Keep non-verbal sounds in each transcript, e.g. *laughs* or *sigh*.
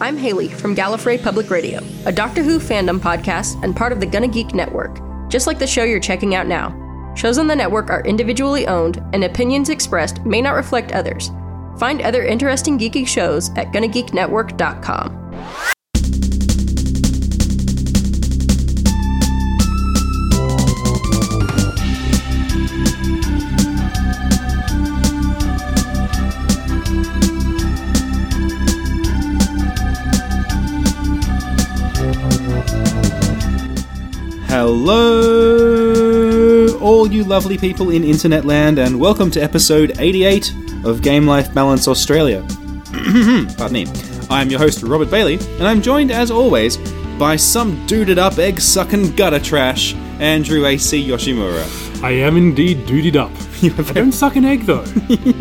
I'm Haley from Gallifrey Public Radio, a Doctor Who fandom podcast and part of the Gunna Geek Network, just like the show you're checking out now. Shows on the network are individually owned, and opinions expressed may not reflect others. Find other interesting geeky shows at GunnaGeekNetwork.com. Hello, all you lovely people in internet land, and welcome to episode 88 of Game Life Balance Australia. *clears throat* Pardon me. I'm your host, Robert Bailey, and I'm joined, as always, by some duded up egg sucking gutter trash, Andrew A.C. Yoshimura. I am indeed dutied *laughs* up. I don't suck an egg *laughs* though.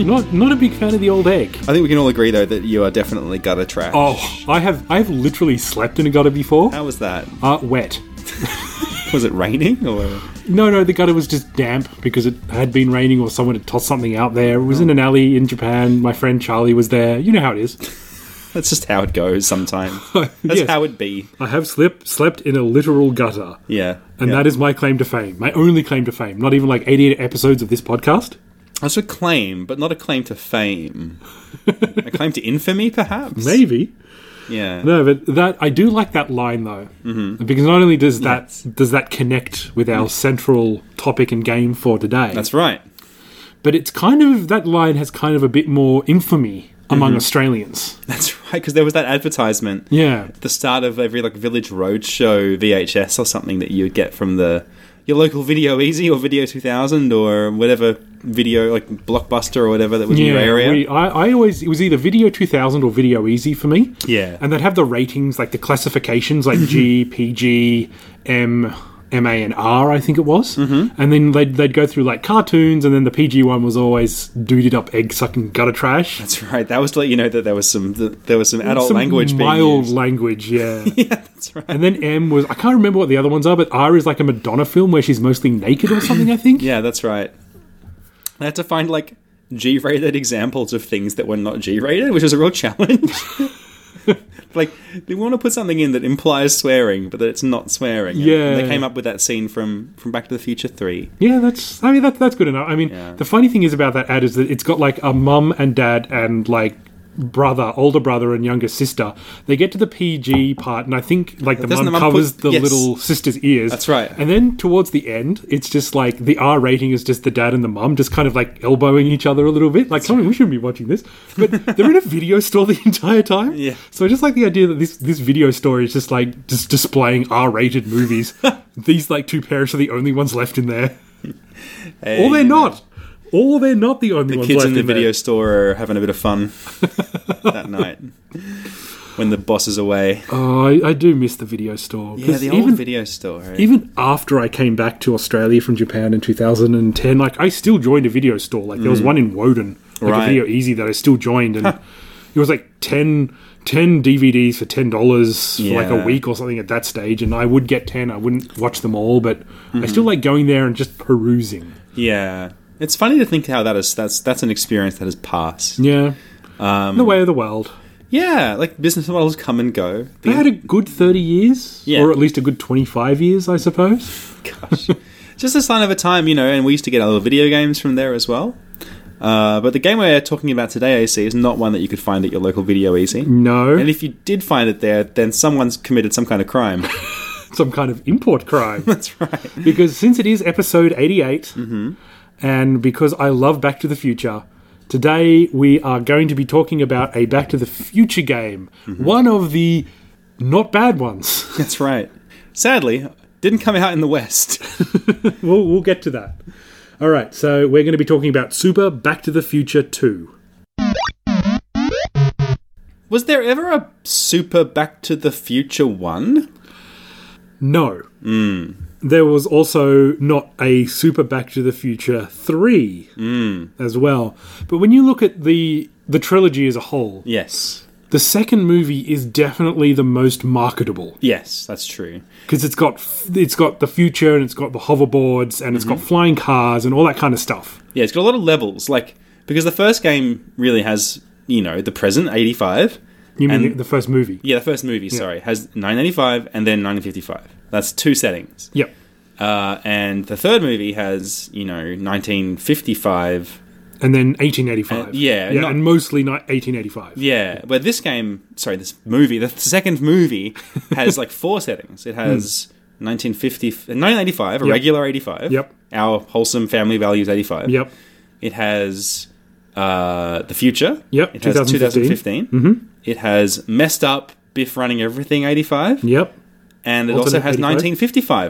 not not a big fan of the old egg. I think we can all agree, though, that you are definitely gutter trash. Oh, I have I have literally slept in a gutter before. How was that? Uh, wet. Was it raining? Or No, no, the gutter was just damp because it had been raining or someone had tossed something out there. It was in an alley in Japan. My friend Charlie was there. You know how it is. that's just how it goes sometimes. That's *laughs* Yes. how it be. *laughs* I have slip, slept in a literal gutter. Yeah. And yeah. that is my claim to fame. My only claim to fame. Not even like 88 episodes of this podcast. That's a claim, but not a claim to fame. *laughs* a claim to infamy, perhaps? Maybe. Yeah. No, but that I do like that line though, mm-hmm. because not only does that does that connect with our central topic and game for today, That's right. but it's kind of that line has kind of a bit more infamy Mm-hmm. among Australians. That's right, because there was that advertisement Yeah, at the start of every like Village Roadshow VHS or something that you'd get from the your local Video Easy or Video 2000 or whatever video like Blockbuster or whatever that was in your area. we- I, I always it was either Video 2000 or Video Easy for me. Yeah. and they'd have the ratings like the classifications like G, PG, M. M A and R, I think it was, mm-hmm. and then they'd, they'd go through like cartoons, and then the PG one was always duded up egg sucking gutter trash. That's right. That was to let you know that there was some that there was some adult Some language being mild used. language, yeah. *laughs* Yeah, that's right. And then M was I can't remember what the other ones are, but R is like a Madonna film where she's mostly naked or something. I think. Yeah, that's right. I had to find like G-rated examples of things that were not G-rated, which was a real challenge. *laughs* like they want to put something in that implies swearing, but that it's not swearing. And- and they Yeah. came up with that scene from from Back to the Future Three. Yeah, that's I mean that, that's good enough. I mean Yeah. the funny thing is about that ad is that it's got like a mum and dad and like brother, older brother and younger sister. They get to the PG part and I think like the Doesn't mum the mum covers put- the yes. little sister's ears. That's right. And then towards the end, it's just like the R rating is just the dad and the mum just kind of like elbowing each other a little bit. Like sorry, we shouldn't be watching this. *laughs* But they're in a video store the entire time. Yeah. So I just like the idea that this this video store is just like just displaying R *laughs* rated movies. These like two parents are the only ones left in there. Hey, Or Oh, they're you know, not. Or they're not the only ones Kids left in the there. video store are having a bit of fun *laughs* that *laughs* night when the boss is away. Oh, I, I do miss the video store. yeah, 'cause the even, old video store. Even after I came back to Australia from Japan in 2010, like I still joined a video store. Like there was one in Woden, like Mm. Right. a Video Easy that I still joined, and it was like 10, 10 DVDs for ten dollars for like Yeah. a week or something at that stage. And I would get ten. I wouldn't watch them all, but Mm-hmm. I still like going there and just perusing. yeah, it's funny to think how that is. That's that's an experience that has passed. Yeah, um, the way of the world. Yeah, like business models come and go. They had a good 30 years, Yeah. or at least a good 25 years, I suppose. Gosh. Just a sign of a time, you know, and we used to get other video games from there as well. Uh, but the game we're talking about today, AC, is not one that you could find at your local Video Easy. No, And if you did find it there, then someone's committed some kind of crime. *laughs* some kind of import crime. That's right. because since it is episode 88, Mm-hmm. and because I love Back to the Future, today we are going to be talking about a Back to the Future game, Mm-hmm. one of the not bad ones. *laughs* That's right. Sadly, didn't come out in the West. we'll, we'll get to that. All right, so we're going to be talking about Super Back to the Future 2. Was there ever a Super Back to the Future 1? No. Hmm. There was also not a Super Back to the Future 3 Hmm. as well. But when you look at the the trilogy as a whole, Yes. the second movie is definitely the most marketable Yes, that's true. because it's got f- it's got the future Mm-hmm. and it's got the hoverboards and it's got flying cars and all that kind of stuff. Yeah, it's got a lot of levels. Like, because the first game really has you know the present eighty five. You mean And- the first movie? Yeah, the first movie. Sorry, has nine eighty five and then nineteen fifty five. That's two settings. Yep. Uh, and the third movie has you know nineteen fifty five. And then 1885. And- Uh, yeah, yeah not- and mostly not 1885. Yeah, but this game, sorry, this movie, the second *laughs* movie has like four settings. It has 1950, 1985, a Hmm. Yep. regular 85. Yep. Our wholesome family values 85. Yep. It has uh, the future. Yep, It has 2015. 2015. It has messed up Biff running everything 85. Yep. And it also Alternate has 85.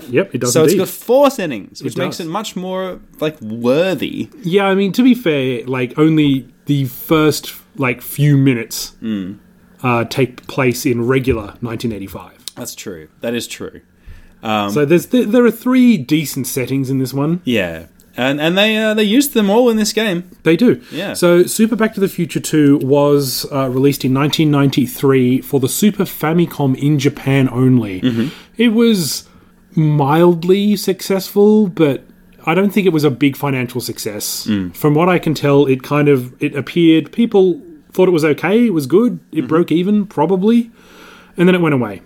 1955. Yep, it does So indeed. it's got four settings, which makes does. it much more like worthy. Yeah, I mean, to be fair, like only the first like few minutes uh, take place in regular 1985. That's true. That is true. so there's th- there are three decent settings in this one. Yeah. And, and they uh, they used them all in this game. They do. Yeah. So Super Back to the Future 2 was uh, released in 1993 for the Super Famicom in Japan only. It was mildly successful, but I don't think it was a big financial success. From what I can tell, it kind of it appeared people thought it was okay, it was good, it broke even probably, and then it went away.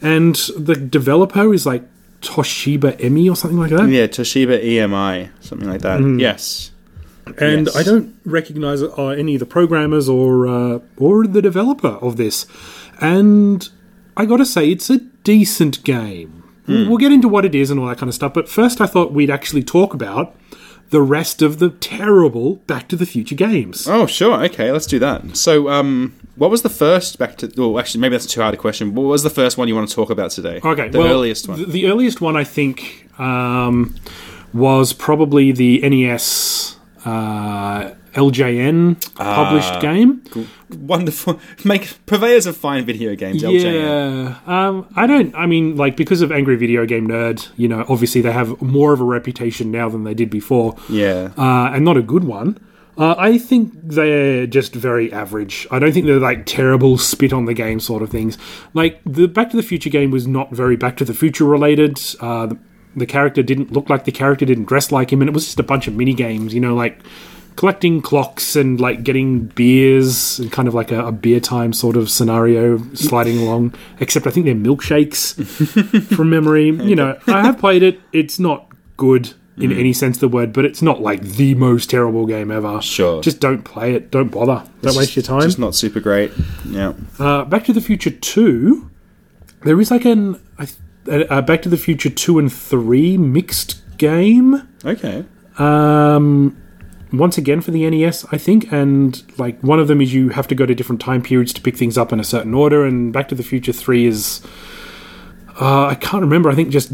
And the developer is like Toshiba Emi or something like that. Yeah, Toshiba EMI, something like that. Mm. Yes. and Yes. I don't recognize uh, any of the programmers or uh, or the developer of this. And I got to say, it's a decent game. Hmm. We'll get into what it is and all that kind of stuff. But first, I thought we'd actually talk about the rest of the terrible Back to the Future games. Oh, sure. Okay, let's do that. So, um, what was the first back to? Well, actually, maybe that's too hard a question. What was the first one you want to talk about today? Okay, the well, earliest one. th- The, earliest one, I think, um, was probably the NES uh, LJN Ah. published game. Wonderful. *laughs* Make purveyors of fine video games. LJN. Yeah. Um, I don't, I mean, like, because of Angry Video Game Nerd, you know, obviously they have more of a reputation now than they did before. Yeah. Uh, and not a good one. Uh, I think they're just very average. I don't think they're like terrible spit on the game sort of things. Like, the Back to the Future game was not very Back to the Future related. Uh, the, the character didn't look like the character, didn't dress like him, and it was just a bunch of mini games, you know, like collecting clocks and like getting beers and kind of like a, a beer time sort of scenario sliding along except i think they're milkshakes *laughs* from memory you uh, know i have played it it's not good in Mm. any sense of the word but it's not like the most terrible game ever Sure. just don't play it don't bother don't waste your time Just not super great. Yeah. uh, Back to the Future 2, there is like an I th- a, a Back to the Future 2 and 3 mixed game. Okay. Um, once again for the NES, I think, and like one of them is you have to go to different time periods to pick things up in a certain order, and Back to the Future 3 is. Uh, I can't remember. I think just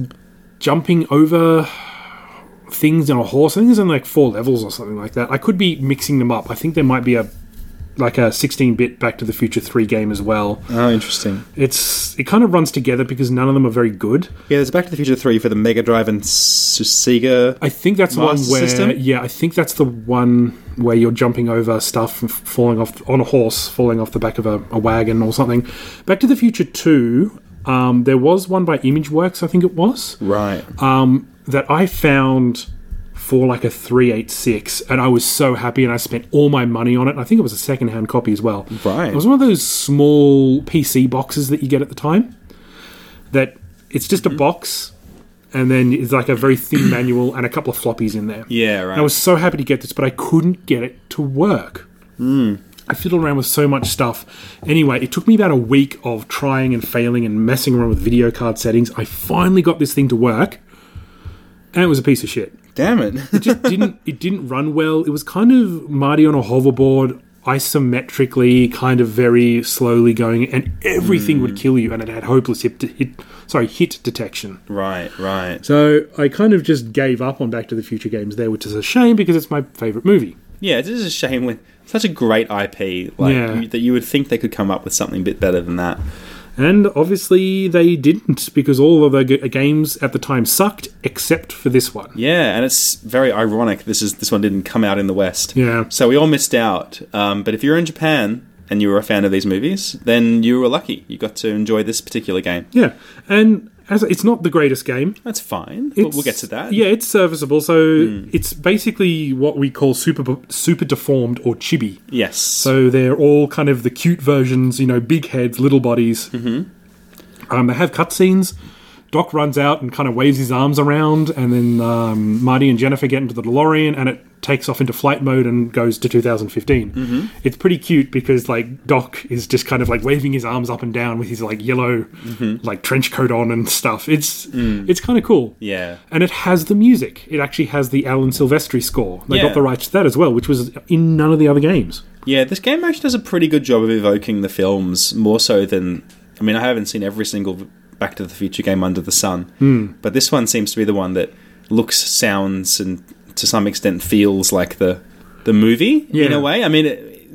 jumping over things on a horse. I think there's only like four levels or something like that. I could be mixing them up. I think there might be a like a 16-bit Back to the Future 3 game as well Oh, interesting. it's it kind of runs together because none of them are very good. Yeah, there's Back to the Future Three for the Mega Drive and S- Sega. I think that's the one Master where System? yeah, I think that's the one where you're jumping over stuff and f- falling off on a horse, falling off the back of a, a wagon or something. Back to the Future Two, um, there was one by ImageWorks, I think it was, Right. um, that I found for like a three eight six, and I was so happy, and I spent all my money on it. And I think it was a second hand copy as well. Right. It was one of those small PC boxes that you get at the time. That it's just Mm-hmm. a box, and then it's like a *clears throat* very thin manual and a couple of floppies in there. yeah. And I Right. was so happy to get this, but I couldn't get it to work. Mm. I fiddled around with so much stuff. Anyway, it took me about a week of trying and failing and messing around with video card settings. I finally got this thing to work, and it was a piece of shit. Damn it. It just didn't. It didn't run well. It was kind of Marty on a hoverboard, isometrically, kind of very slowly going, and everything would kill you. And it had hopeless hit, hit sorry hit detection. *laughs* right. Right. So I kind of just gave up on Back to the Future games there, which is a shame because it's my favorite movie. Yeah, it is a shame when such a great IP like Yeah. you, that you would think they could come up with something a bit better than that. And obviously they didn't because all of the g- games at the time sucked except for this one. Yeah, and it's very ironic. This is this one didn't come out in the West. Yeah. so we all missed out. Um, but if you're in Japan and you were a fan of these movies, then you were lucky. You got to enjoy this particular game. Yeah. And as it's not the greatest game. That's fine. We'll, It's- we'll get to that. Hmm. Yeah, it's serviceable. So it's basically what we call super super deformed or chibi. Yes. So they're all kind of the cute versions, you know, big heads, little bodies. Mm-hmm. Um, they have cutscenes. Doc runs out and kind of waves his arms around, and then um, Marty and Jennifer get into the DeLorean, and it takes off into flight mode and goes to 2015. Mm-hmm. It's pretty cute because like Doc is just kind of like waving his arms up and down with his like yellow Mm-hmm. like trench coat on and stuff. It's it's kind of cool. Mm. Yeah. and it has the music. It actually has the Alan Silvestri score. They Yeah. got the rights to that as well, which was in none of the other games. yeah, this game actually does a pretty good job of evoking the films more so than. I mean, I haven't seen every single Back to the Future game under the sun, Hmm. but this one seems to be the one that looks, sounds, and to some extent feels like the the movie in Yeah. a way. I mean, it,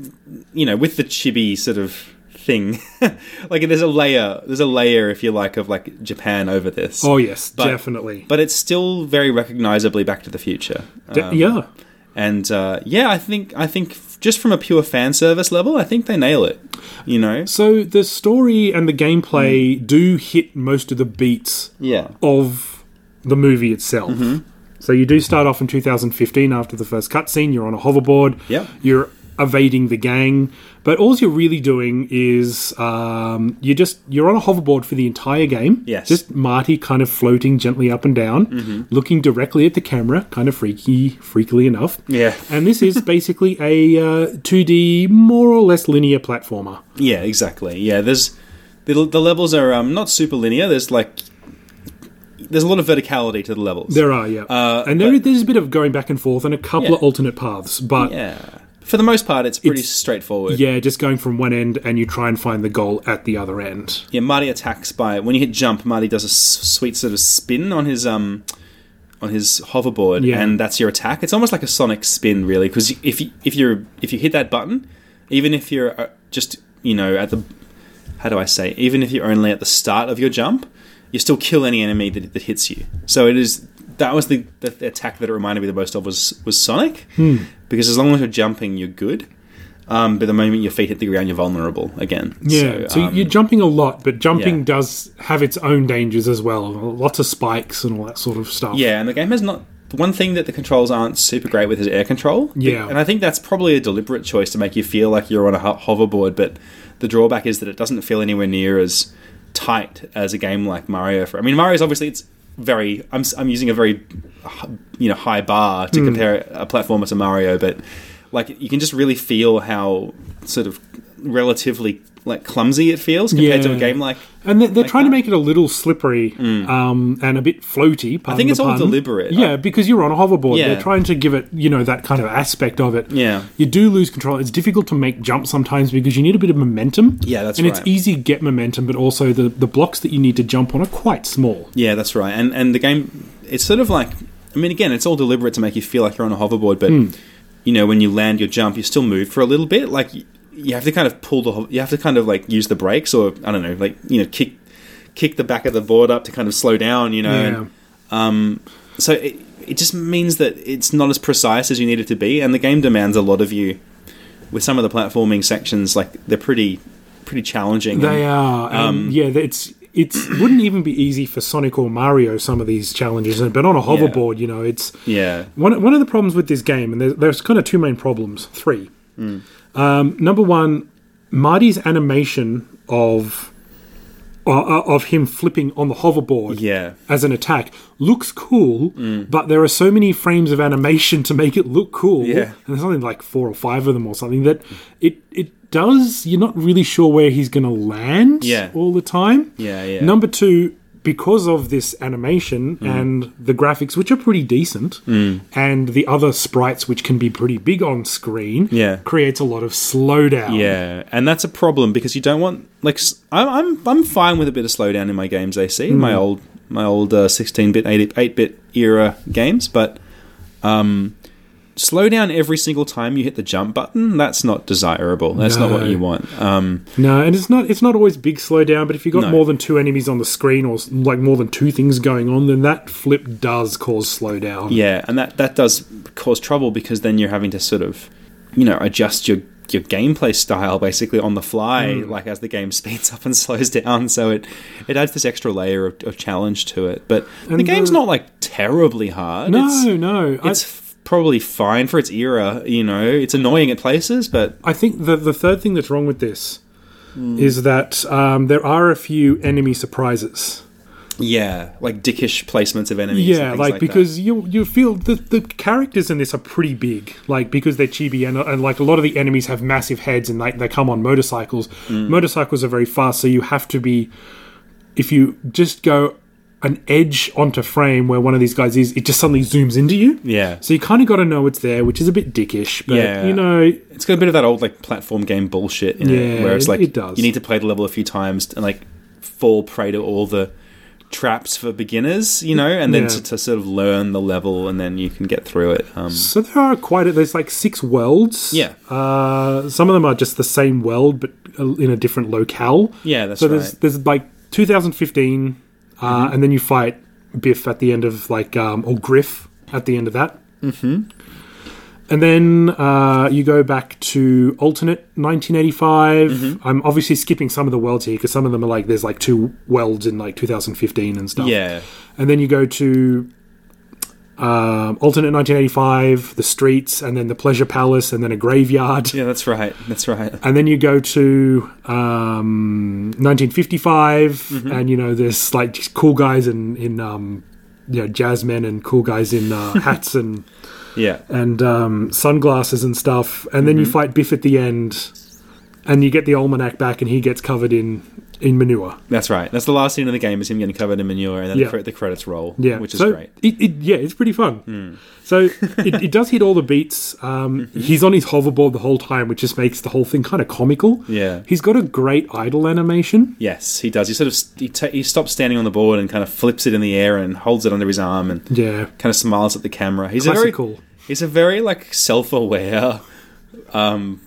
you know, with the chibi sort of thing, *laughs* like there's a layer, there's a layer, if you like, of like Japan over this. Oh yes, But- definitely. but it's still very recognizably Back to the Future. De- Um, yeah, and uh, yeah, I think I think f- just from a pure fan service level, I think they nail it. You know, So the story and the gameplay do hit most of the beats yeah, of the movie itself. Mm-hmm. So you do start off in 2015 after the first cutscene. You're on a hoverboard. Yep. You're evading the gang, but all you're really doing is um, you just you're on a hoverboard for the entire game. Yes. Mm-hmm. Just Marty kind of floating gently up and down, looking directly at the camera, kind of freaky, freakily enough. Yeah. And *laughs* this is basically a uh, 2D, more or less linear platformer. yeah, exactly. Yeah, there's the, the levels are um, not super linear. There's like there's a lot of verticality to the levels. There are, yeah. Uh, and there, but- there's a bit of going back and forth and a couple Yeah. of alternate paths, but yeah. yeah, for the most part, it's pretty It's- straightforward. just going from one end and you try and find the goal at the other end. Yeah, Marty attacks by when you hit jump. Marty does a s- sweet sort of spin on his um on his hoverboard, Yeah. and that's your attack. It's almost like a sonic spin, really, because if you, if you're if you hit that button, even if you're uh, just you know at the how do I say, even if you're only at the start of your jump, you still kill any enemy that, that hits you. So it is that was the, the attack that it reminded me the most of was was Sonic, Hmm. because as long as you're jumping, you're good. Um, but the moment your feet hit the ground, you're vulnerable again. Yeah, so, um, you're jumping a lot, but jumping yeah. does have its own dangers as well. Lots of spikes and all that sort of stuff. Yeah, and the game has not. The one thing that the controls aren't super great with is air control. Yeah. And I think that's probably a deliberate choice to make you feel like you're on a ho- hoverboard, but the drawback is that it doesn't feel anywhere near as tight as a game like Mario. For I mean, Mario's obviously it's very. I'm, s- I'm using a very h- you know high bar Hmm. to compare a platformer to Mario, but like you can just really feel how sort of relatively like clumsy it feels compared to a Yeah. game like. And they're, they're Like trying that. Mm. to make it a little slippery um, and a bit floaty. I think it's all deliberate. Yeah, because you're on a hoverboard. Yeah. They're trying to give it, you know, that kind of aspect of it. Yeah. You do lose control. It's difficult to make jumps sometimes because you need a bit of momentum. Yeah, that's and right. it's easy to get momentum, but also the, the blocks that you need to jump on are quite small. Yeah, that's right. And and the game, it's sort of like, I mean, again, it's all deliberate to make you feel like you're on a hoverboard, but Hmm. you know, when you land your jump, you still move for a little bit. Like you, you have to kind of pull the, ho- you have to kind of like use the brakes, or I don't know, like you know, kick kick the back of the board up to kind of slow down. You know, and so it it just means that it's not as precise as you need it to be, and the game demands a lot of you. With some of the platforming sections, like they're pretty pretty challenging. They are. Um, yeah, it's it's wouldn't even be easy for Sonic or Mario some of these challenges, and- but on a hoverboard, you know, it's Yeah. One one of the problems with this game, and there's, there's kind of two main problems. Three. Mm. Um, number one, Marty's animation of uh, of him flipping on the hoverboard Yeah. Mm. as an attack looks cool, but there are so many frames of animation to make it look cool. Yeah. And there's only like four or five of them or something that it it does you're not really sure where he's gonna land Yeah. all the time. Yeah, yeah. Number two, because of this animation Mm. and the graphics, which are pretty decent, and the other sprites which can be pretty big on screen, Yeah. creates a lot of slowdown. Yeah, and that's a problem because you don't want like s- I'm I'm, I'm fine with a bit of slowdown in my games. AC in my old my old uh, 16-bit 8 8-bit era games, but um, slow down every single time you hit the jump button. That's not desirable. That's not what No. you want. Um, No, and it's not it's not always big slowdown, but if you've got No. more than two enemies on the screen or s- like more than two things going on, then that flip does cause slowdown. yeah, and that that does cause trouble because then you're having to sort of you know adjust your your gameplay style basically on the fly, Mm. like as the game *laughs* speeds up and slows down. So it it adds this extra layer of, of challenge to it. But the And game's the- not like terribly hard. No, it's, no. I- it's f- probably fine for its era. You know, it's annoying at places, but I think the the third thing that's wrong with this Mm. is that um, there are a few enemy surprises. yeah, like dickish placements of enemies. and Yeah, things like, that. because you you feel the the characters in this are pretty big, like because they're chibi and, and like a lot of the enemies have massive heads and like they come on motorcycles. Mm. Motorcycles are very fast, so you have to be if you just go an edge onto frame where one of these guys is, it just suddenly zooms into you. Yeah. So you kind of got to know it's there, which is a bit dickish, but Yeah. you know, It's got a bit of that old like platform game bullshit in it, Yeah, where it's it- like it does. you need to play the level a few times and like fall prey to all the traps for beginners, you know, and then Yeah. to, to sort of learn the level and then you can get through it. Um, So there are quite a, there's like six worlds. Yeah. Uh, some of them are just the same world but uh, in a different locale. Yeah, that's so there's right. Mm-hmm. there's like 2015, uh, and then you fight Biff at the end of like um, or Griff at the end of that. Mm-hmm. And then uh, you go back to alternate 1985. Mm-hmm. I'm obviously skipping some of the worlds here because some of them are like there's like two worlds in like 2015 and stuff yeah, and then you go to um, alternate 1985, the streets, and then the pleasure palace, and then a graveyard, yeah, that's right, that's right. and then you go to um, 1955, and you know there's like just cool guys in in um, you know jazz men and cool guys in uh, hats and Yeah, and um, sunglasses and stuff, and then you fight Biff at the end, and you get the almanac back, and he gets covered in in manure. that's right. That's the last scene of the game is him getting covered in manure and then the Yeah. cre- the credits roll, Yeah, which is so great. Hmm. It, it, yeah, it's pretty fun. So *laughs* it, it does hit all the beats. Um, Mm-hmm. He's on his hoverboard the whole time, which just makes the whole thing kind of comical. Yeah. he's got a great idle animation. Yes, he does. He sort of st- he, ta he stops standing on the board and kind of flips it in the air and holds it under his arm and Yeah, kind of smiles at the camera. He's a very Classical. he's a very like self-aware um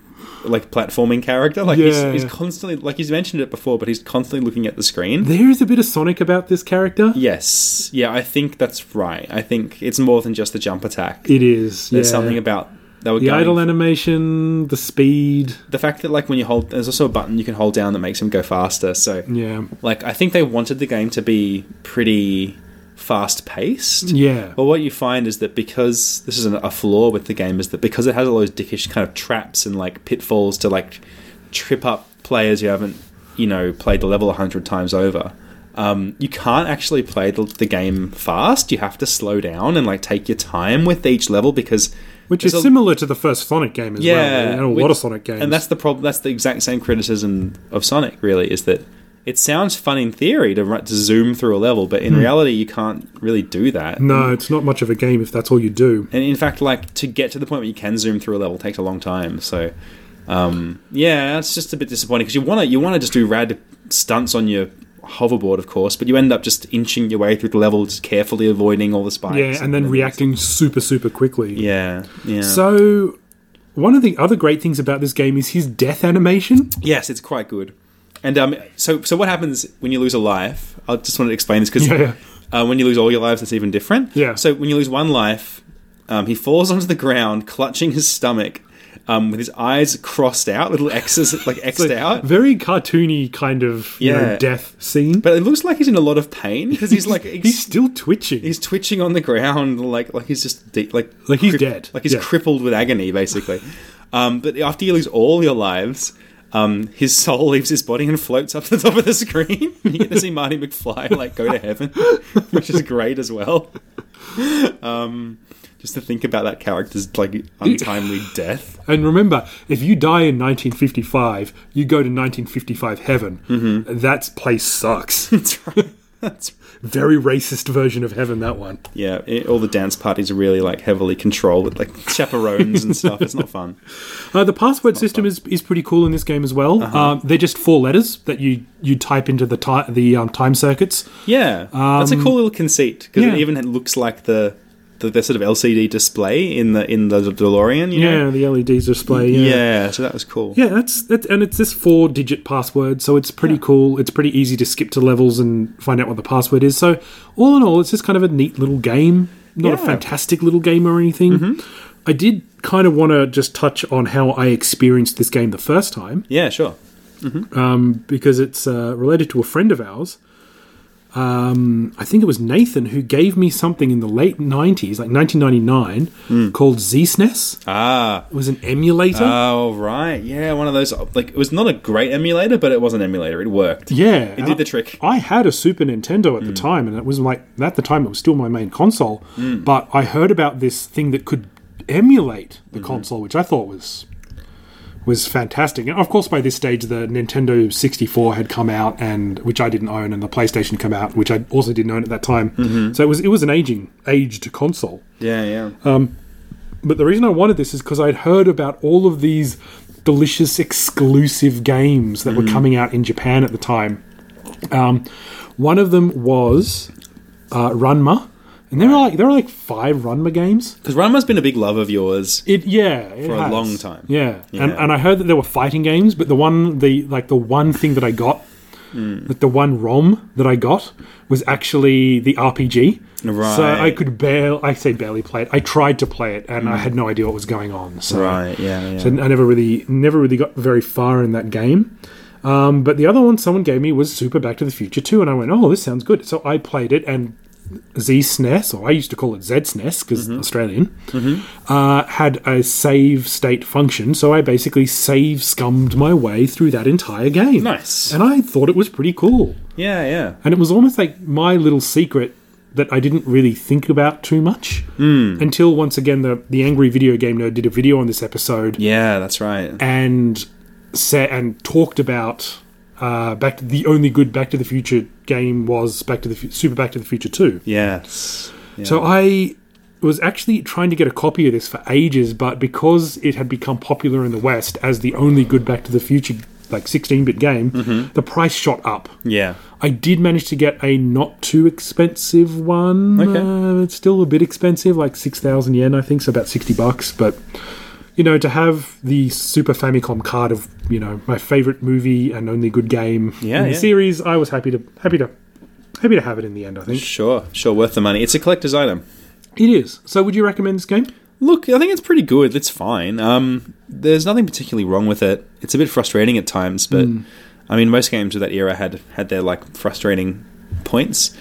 like platforming character. Like Yeah. he's, he's constantly like he's mentioned it before, but he's constantly looking at the screen. there is a bit of Sonic about this character. Yes. Yeah, I think that's right. I think it's more than just the jump attack. It is. There's yeah. something about that we're the going idle for. animation, the speed. the fact that like when you hold there's also a button you can hold down that makes him go faster. So Yeah, like I think they wanted the game to be pretty fast paced. yeah. Well, what you find is that because this is an, a flaw with the game is that because it has all those dickish kind of traps and like pitfalls to like trip up players who haven't you know played the level a hundred times over. Um, you can't actually play the, the game fast. You have to slow down and like take your time with each level because Which is there's a- similar to the first Sonic game as well, yeah, and a which- lot of Sonic games. And that's the problem. That's the exact same criticism of Sonic. Really, is that it sounds fun in theory to run, to zoom through a level, but in Hmm. reality, you can't really do that. no, it's not much of a game if that's all you do. And in fact, like to get to the point where you can zoom through a level takes a long time. So, um, yeah, it's just a bit disappointing because you want to you want to just do rad stunts on your hoverboard, of course, but you end up just inching your way through the level, just carefully avoiding all the spikes. Yeah, and then reacting super, super quickly. Yeah, yeah. So, one of the other great things about this game is his death animation. yes, it's quite good. And um, so so what happens when you lose a life? I just wanted to explain this because Yeah, yeah. uh, when you lose all your lives, it's even different. Yeah. So when you lose one life, um, he falls onto the ground, clutching his stomach, um, with his eyes crossed out, little X's *laughs* like X'd out. Very cartoony kind of you Yeah. know, death scene. But it looks like he's in a lot of pain because he's like *laughs* he's he's, still twitching. he's twitching on the ground, like like he's just de- like Like he's dead. like he's Yeah. crippled with agony, *laughs* basically. um, but after you lose all your lives. Um, his soul *laughs* leaves his body and floats up to the top of the screen. *laughs* you get to see Marty McFly like go to heaven, *laughs* which is great as well. Um, just to think about that character's like *laughs* untimely death. *laughs* and remember, if you die in 1955, you go to 1955 heaven. Mm-hmm. That place sucks. *laughs* That's right. That's Very racist version of heaven, that one. yeah. It, all the dance parties are really like heavily controlled with like chaperones and stuff. It's not fun. Uh, the password system is, is pretty cool in this game as well. Uh-huh. Um, they're just four letters that you, you type into the, ti- the um, time circuits. Yeah, that's a cool little conceit because Um, yeah. it even looks like the, the the sort of LCD display in the in the DeLorean. You Yeah, know? the LEDs display. yeah, So that was cool. Yeah, that's that's and it's this four digit password, so it's pretty cool. It's pretty easy to skip to levels and find out what the password is. So all in all, it's just kind of a neat little game. Not a Yeah. fantastic little game or anything. I did kind of want to just touch on how I experienced this game the first time Yeah, sure. because it's uh, related to a friend of ours. Um, I think it was Nathan who gave me something in the late 90s, like 1999, called ZSNES. Ah. E It was an emulator. Oh, right. Yeah, one of those. Like, it was not a great emulator, but it was an emulator. It worked. yeah. It did the trick. Mm. I had a Super Nintendo at the time, and it was like, at the time, it was still my main console. Mm. But I heard about this thing that could emulate the Mm-hmm. console, which I thought was. Was fantastic, and of course, by this stage, the Nintendo 64 had come out, and which I didn't own, and the PlayStation come out, which I also didn't own at that time. Mm-hmm. So it was it was an aging aged console. Yeah, yeah. Uh, But the reason I wanted this is because I'd heard about all of these delicious exclusive games that were coming out in Japan at the time. Um, one of them was uh, Runma, and there were like there were like five Runma games. Because Ranma's been a big love of yours. It yeah, it For a has. long time. Yeah. and Yeah. and I heard that there were fighting games, but the one the like the one thing that I got. Hmm. That the one ROM that I got was actually the RPG, so I Right. could barely—I say barely play it. I tried to play it, and I had no idea what was going on. So Hmm. Right, yeah, yeah. so I never really, never really got very far in that game. Um, but the other one someone gave me was Super Back to the Future 2, and I went, oh, this sounds good. So I played it, and Z SNES, or I used to call it Z SNES because Mm-hmm. Australian, uh, had a save state function. So I basically save scummed my way through that entire game. Nice. And I thought it was pretty cool. yeah, yeah. And it was almost like my little secret that I didn't really think about too much Hmm. until once again the, the Angry Video Game Nerd did a video on this episode Yeah, that's right. and set and talked about uh, back to the only good Back to the Future game was Back to the Fu- Super Back to the Future Two. Yes. Yeah. So I was actually trying to get a copy of this for ages, but because it had become popular in the West as the only good Back to the Future like 16-bit game, the price shot up. Mm-hmm. yeah. I did manage to get a not too expensive one. Okay. Uh, it's still a bit expensive, like 6,000 yen, I think, so about 60 bucks. But, you know, to have the Super Famicom card of, you know, my favorite movie and only good game Yeah, in the yeah. series, I was happy to, happy to, happy to have it in the end, I think. Sure, sure, worth the money. It's a collector's item. It is. So would you recommend this game? Look, I think it's pretty good. It's fine. Um, there's nothing particularly wrong with it. It's a bit frustrating at times, but I mean, most games of that era had had their like frustrating points.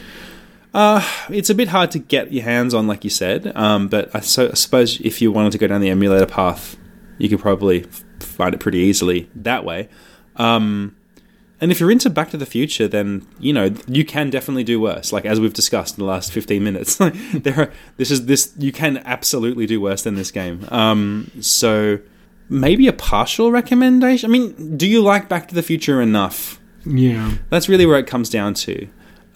Uh, it's a bit hard to get your hands on, like you said. Um, but I, so, I suppose if you wanted to go down the emulator path, you could probably f- find it pretty easily that way. And if you're into Back to the Future, then you know you can definitely do worse. Like as we've discussed in the last 15 minutes, *laughs* Like, there are, this is this you can absolutely do worse than this game. Um, so maybe a partial recommendation. I mean, do you like Back to the Future enough? Yeah. That's really where it comes down to.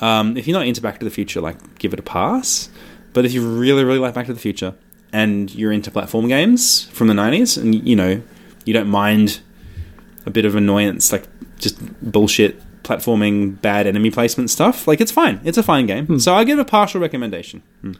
Um, if you're not into Back to the Future, like give it a pass. But if you really, really like Back to the Future and you're into platform games from the 90s and you know, you don't mind a bit of annoyance, like just bullshit platforming, bad enemy placement stuff, like it's fine. It's a fine game. So I'll give it a partial recommendation. Hmm.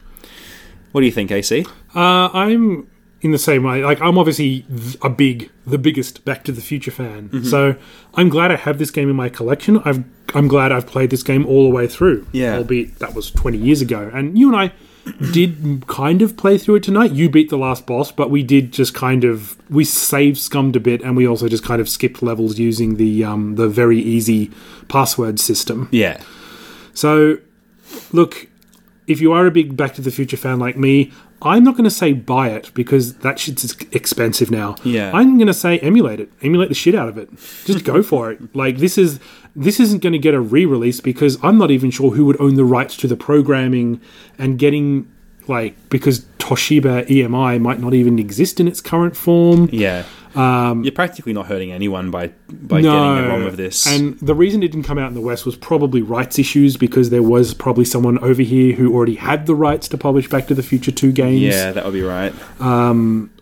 What do you think, AC? Uh, I'm in the same way. Like I'm obviously th- a big, the biggest Back to the Future fan. So I'm glad I have this game in my collection. I've, I'm glad I've played this game all the way through. Yeah. albeit that was 20 years ago. And you and I *clears throat* did kind of play through it tonight. You beat the last boss, but we did just kind of we save scummed a bit, and we also just kind of skipped levels using the um, the very easy password system. Yeah. So, look, if you are a big Back to the Future fan like me, I'm not going to say buy it because that shit's ex- expensive now. Yeah. I'm going to say emulate it. Emulate the shit out of it. Just go for it. Like this is this isn't going to get a re-release because I'm not even sure who would own the rights to the programming and getting like because Toshiba EMI might not even exist in its current form. Yeah. Um, you're practically not hurting anyone by by getting it wrong with this. And the reason it didn't come out in the West was probably rights issues because there was probably someone over here who already had the rights to publish Back to the Future 2 games. yeah, that would be right.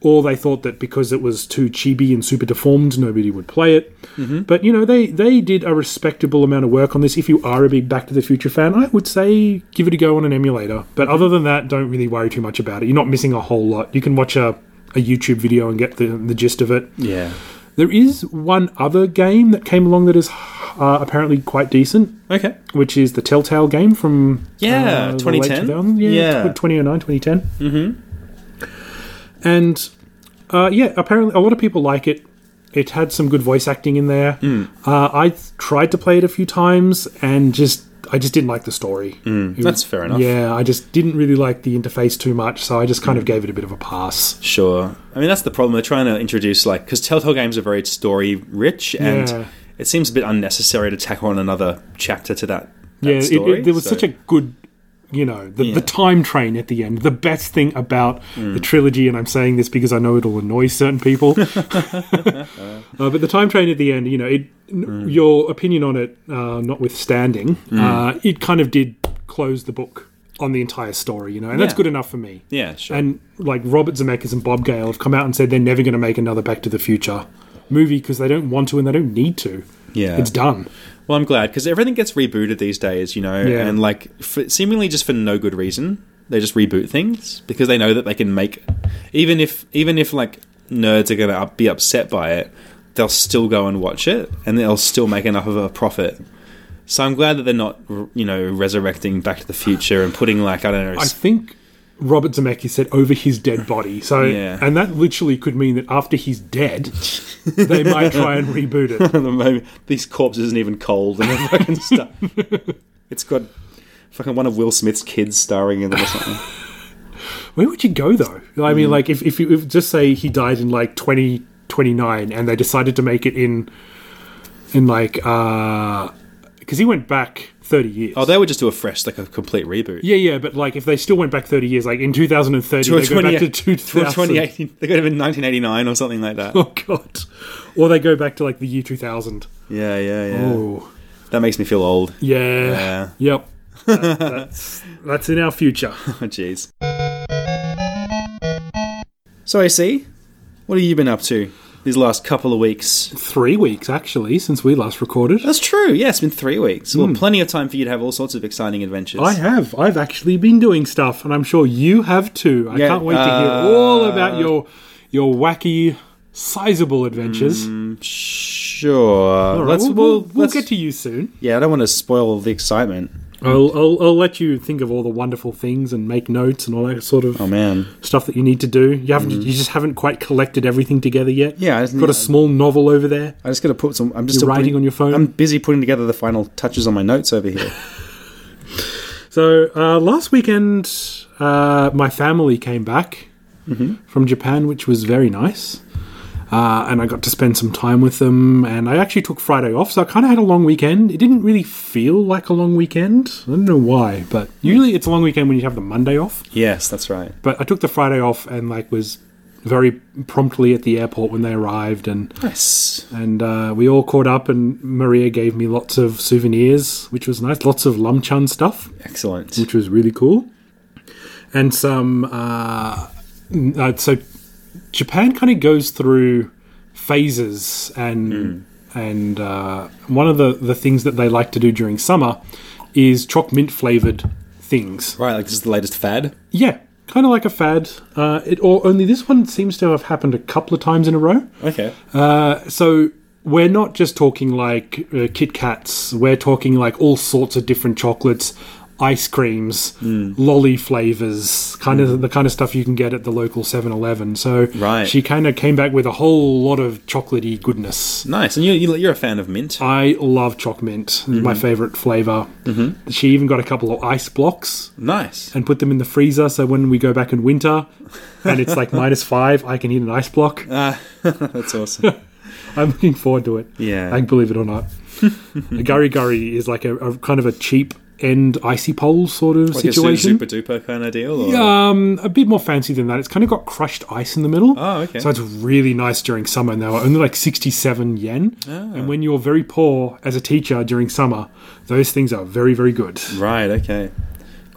Or they thought that because it was too chibi and super deformed, nobody would play it. Mm-hmm. But, you know, they, they did a respectable amount of work on this. If you are a big Back to the Future fan, I would say give it a go on an emulator. But other than that, don't really worry too much about it. You're not missing a whole lot. You can watch a, a YouTube video and get the, the gist of it. Yeah. There is one other game that came along that is uh, apparently quite decent, Okay. which is the Telltale game from uh, Yeah, the late 2010. 2000, yeah, oh Yeah. tw- 2009, 2010. Mm-hmm. And uh, yeah, apparently a lot of people like it. It had some good voice acting in there. Mm. Uh, I th- tried to play it a few times and just I just didn't like the story. It Mm. That's was- fair enough. Yeah, I just didn't really like the interface too much, so I just kind of gave it a bit of a pass. Sure. I mean, that's the problem. They're trying to introduce, like, because Telltale games are very story rich, and Yeah. it seems a bit unnecessary to tackle on another chapter to that, that Yeah, it- story. it, there was so- such a good, you know, the, Yeah. Mm. the time train at the end. The best thing about the trilogy, and I'm saying this because I know it'll annoy *laughs* certain people, *laughs* uh, but the time train at the end, you know, it, n Mm. your opinion on it, uh, notwithstanding, uh, it kind of did close the book on the entire story, you know, and that's Yeah. good enough for me. Yeah, sure. And like Robert Zemeckis and Bob Gale have come out and said they're never going to make another Back to the Future movie because they don't want to and they don't need to. Yeah. It's done. Well, I'm glad because everything gets rebooted these days, you know, Yeah. and like for, seemingly just for no good reason, they just reboot things because they know that they can make, even if even if like nerds are going to be upset by it, they'll still go and watch it and they'll still make enough of a profit. So I'm glad that they're not, r- you know, resurrecting Back to the Future and putting like I don't know, I s- think Robert Zemeckis said over his dead body. So, Yeah. and that literally could mean that after he's dead, *laughs* they might try and reboot *laughs* it. at the moment these corpses isn't even cold and all that fucking *laughs* stuff. It's got fucking one of Will Smith's kids starring in it or something. Where would you go though? I Hmm. mean, like if if you if, just say he died in like twenty twenty nine, and they decided to make it in in like because he went back thirty years. Oh, they would just do a fresh, like a complete reboot. yeah, yeah, but like if they still went back thirty years, like in two thousand and thirty, to they go back to two 2018 thousand. They go to 1989 or something like that. *laughs* Oh god! Or they go back to like the year two thousand. yeah, yeah, yeah. Oh. That makes me feel old. *laughs* Yeah. Yep. That- that's that's in our future. Oh, Jeez. So, AC, what have you been up to these last couple of weeks? Three weeks actually since we last recorded. That's true. Yeah, it's been three weeks. Well, plenty of time for you to have all sorts of exciting adventures. I have. I've actually been doing stuff, and I'm sure you have too. I Yeah, uh, can't wait to hear all about your your wacky, sizable adventures. Sure. All right, Mm, let's, we'll, we'll, we'll, we'll let's- get to you soon. Yeah, I don't want to spoil the excitement. I'll, I'll I'll let you think of all the wonderful things and make notes and all that sort of Oh, man. stuff that you need to do. You haven't. You just haven't quite collected everything together yet. Yeah, I just got need- a small novel over there. I just got to put some. I'm just You're still writing putting- on your phone? I'm busy putting together the final touches on my notes over here. So uh, last weekend, uh, my family came back from Japan, which was very nice. Uh, and I got to spend some time with them. And I actually took Friday off, so I kind of had a long weekend. It didn't really feel like a long weekend. I don't know why, but usually it's a long weekend when you have the Monday off. yes, that's right. But I took the Friday off and like was very promptly at the airport when they arrived, and Nice. and uh, we all caught up. And Maria gave me lots of souvenirs, which was nice. Lots of lumchun stuff Excellent. which was really cool. And some, uh, n- uh, so Japan kind of goes through phases, and and uh, one of the the things that they like to do during summer is choc mint flavored things. Right, like this is the latest fad. Yeah, kind of like a fad. Uh, it or only this one seems to have happened a couple of times in a row. Okay. Uh, So we're not just talking like uh, Kit Kats. We're talking like all sorts of different chocolates, ice creams, Hmm. lolly flavors, kind of the kind of stuff you can get at the local 7-Eleven. So Right. she kind of came back with a whole lot of chocolatey goodness. nice. And you, you, you're a fan of mint. I love choc mint, Mm-hmm. my favorite flavor. Mm-hmm. She even got a couple of ice blocks Nice. and put them in the freezer so when we go back in winter and it's *laughs* like minus five, I can eat an ice block. *laughs* Ah. That's awesome. I'm looking forward to it. *laughs* Yeah. I believe it or *laughs* not. a gurry gurry is like a, a kind of a cheap end icy pole sort of like a situation. super duper kind of deal? Or? um, a bit more fancy than that. It's kind of got crushed ice in the middle. Oh, okay. So it's really nice during summer. And they were only like 67 yen. Ah. And when you're very poor as a teacher during summer, those things are very, very good. Right, okay.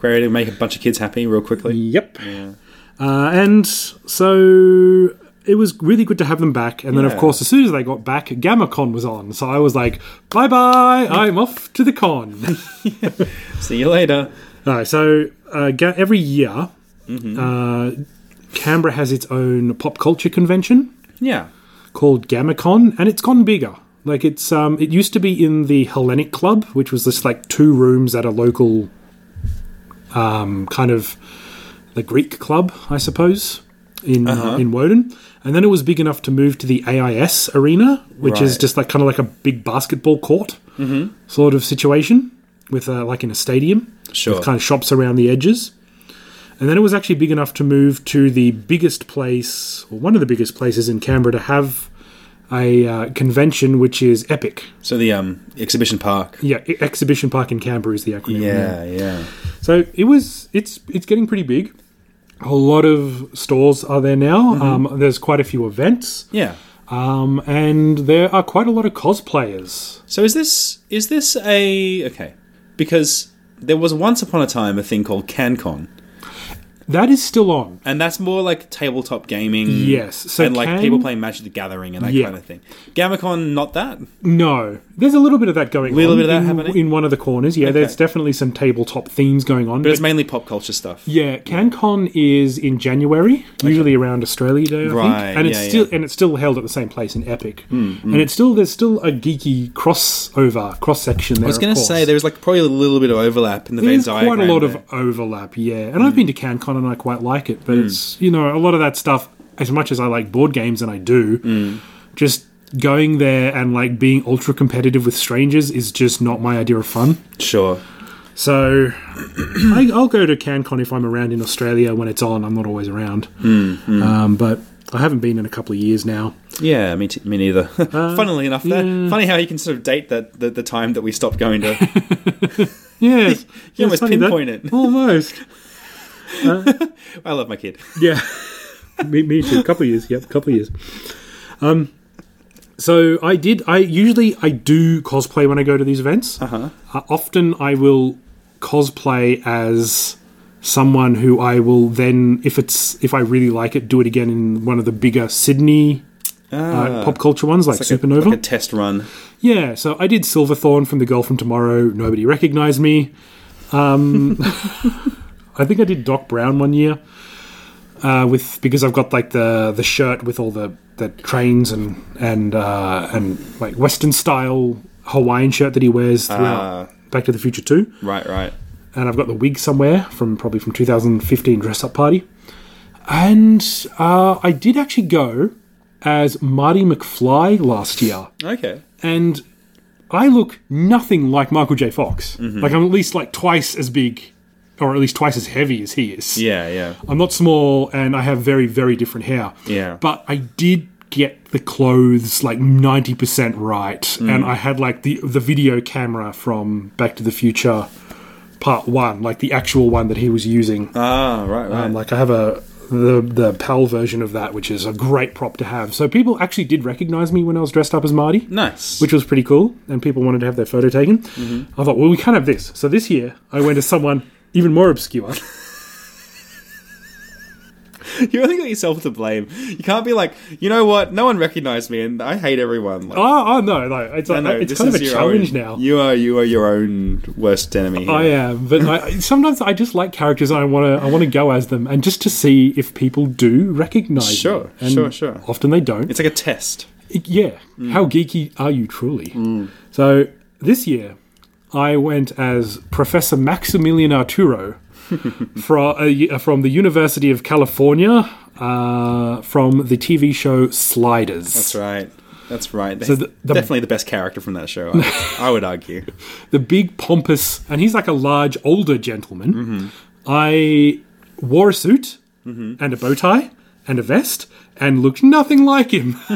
Great to make a bunch of kids happy real quickly. Yep. Uh, and so it was really good to have them back. And then, of Yeah. course, as soon as they got back, GammaCon was on. So I was like, bye bye, I'm off to the *laughs* con. Mm. See you later. Alright, so uh, ga- every year, uh, Canberra has its own pop culture convention Yeah. called GammaCon, and it's gotten bigger. Like it's um, it used to be in the Hellenic Club, which was just like two rooms at a local um, kind of the Greek club, I suppose. in in Woden, and then it was big enough to move to the AIS arena, which is Right. just like kind of like a big basketball court sort of situation with uh, like in a stadium, Sure. with kind of shops around the edges. And then it was actually big enough to move to the biggest place, or one of the biggest places in Canberra to have a uh, convention, which is Epic. So the um, exhibition park. Yeah, E- Exhibition Park in Canberra is the acronym. Yeah, yeah. So it was. It's it's getting pretty big. A lot of stores are there now. Mm-hmm. Um, there's quite a few events, Yeah. um, and there are quite a lot of cosplayers. So is this is this a okay? Because there was once upon a time a thing called CanCon, That is still on. and that's more like tabletop gaming. Yes, so and like Can- people playing Magic the Gathering and that Yeah. kind of thing. Gamacon, not that. No, there's a little bit of that going. Little on bit of that in, happening? in one of the corners. Yeah, Okay. there's definitely some tabletop themes going on. But it's but- mainly pop culture stuff. yeah, CanCon is in January, usually around Australia Day, I Right, think, and it's yeah, still yeah. Hmm, and it's still held at the same place in Epic, and it's still there's still a geeky crossover cross section there. I was going to say there was like probably a little bit of overlap in the Venn There's diagram. Mm, quite a lot there. of overlap, yeah. And I've been to CanCon and I quite like it, Hmm. but it's you know a lot of that stuff. As much as I like board games and I do, Hmm. just going there and like being ultra competitive with strangers is just not my idea of fun. sure. *coughs* So I, I'll go to CanCon if I'm around in Australia when it's on. I'm not always around, Hmm, Um, but I haven't been in a couple of years *laughs* now. Yeah, me, t- me neither. *laughs* Uh, Funnily enough, that, funny how you can sort of date that the, the time that we stopped going to. *laughs* Yeah, you almost pinpoint it. *laughs* almost. I love my kid. Yeah, *laughs* me, me too. Couple of years. Yep, couple of years. Um, so I did. I usually I do cosplay when I go to these events. Uh-huh. often I will cosplay as someone who I will then, if it's if I really like it, do it again in one of the bigger Sydney. uh, pop culture ones like, Ah. It's like a- Supernova. like a test run. Yeah, so I did Silverthorn from The Girl from Tomorrow. Nobody recognized me. Um, *laughs* I think I did Doc Brown one year uh, with because I've got like the the shirt with all the, the trains and and uh, and like Western style Hawaiian shirt that he wears throughout Back to the Future Two, Right, right. and I've got the wig somewhere from probably from 2015 dress up party, and uh, I did actually go as Marty McFly last year Okay. and I look nothing like Michael J. Fox. Mm-hmm. Like I'm at least like twice as big, or at least twice as heavy as he is. Yeah, yeah. I'm not small, and I have very very different hair. Yeah. but I did get the clothes like 90% right, Mm. and I had like the the video camera from Back to the Future Part One, like the actual one that he was using. Ah, right, right. Um, like I have a the the PAL version of that, which is a great prop to have. So people actually did recognize me when I was dressed up as Marty nice. which was pretty cool, and people wanted to have their photo taken. Mm-hmm. I thought, well, we can't have this. So this year, I went to someone even more obscure. *laughs* *laughs* you only got yourself to blame. You can't be like, you know what? No one recognized me, and I hate everyone. Like, oh, oh no, no, it's, no, no, it's this kind of a is your challenge own- now. You are you are your own worst enemy. here. I am, but I, sometimes I just like characters and I want to. I want to go as them, and just to see if people do recognize. me. Sure, And sure, sure. Often they don't. It's like a test. It- yeah, Mm. how geeky are you truly? So this year, I went as Professor *laughs* Maximilian Arturo from uh, from the University of California uh, from the TV show Sliders. That's right. That's right. the- the- Definitely the best character from that show. *laughs* I, I would argue. the big pompous, and he's like a large older gentleman. Mm-hmm. I wore a suit and a bow tie and a vest and looked nothing like him. *laughs*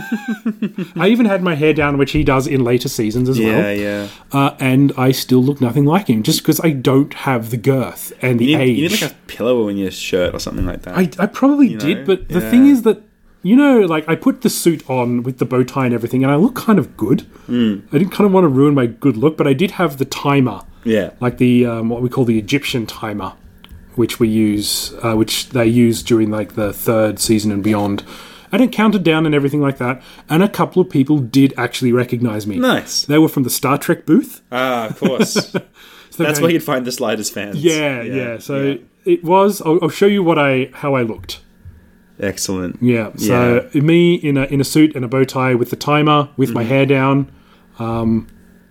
I even had my hair down, which he does in later seasons as well. Yeah, yeah. uh, and I still look nothing like him just because I don't have the girth and the You need, age. you need like a pillow in your shirt or something like that. I, I probably did, know? but the Yeah. thing is that you know, like I put the suit on with the bow tie and everything, and I look kind of good. Hmm. I didn't kind of want to ruin my good look, but I did have the timer, yeah. like the um, what we call the Egyptian timer, which we use, uh, which they use during like the third season and beyond. And it counted down and everything like that. And a couple of people did actually recognize me. Nice. They were from the Star Trek booth. ah, of *laughs* course. So they're That's going- where you'd find the Sliders fans. Yeah, yeah. So yeah. it was. I'll, I'll show you what I how I looked. excellent. Yeah. So me in a in a suit and a bow tie with the timer, with my hair down, um,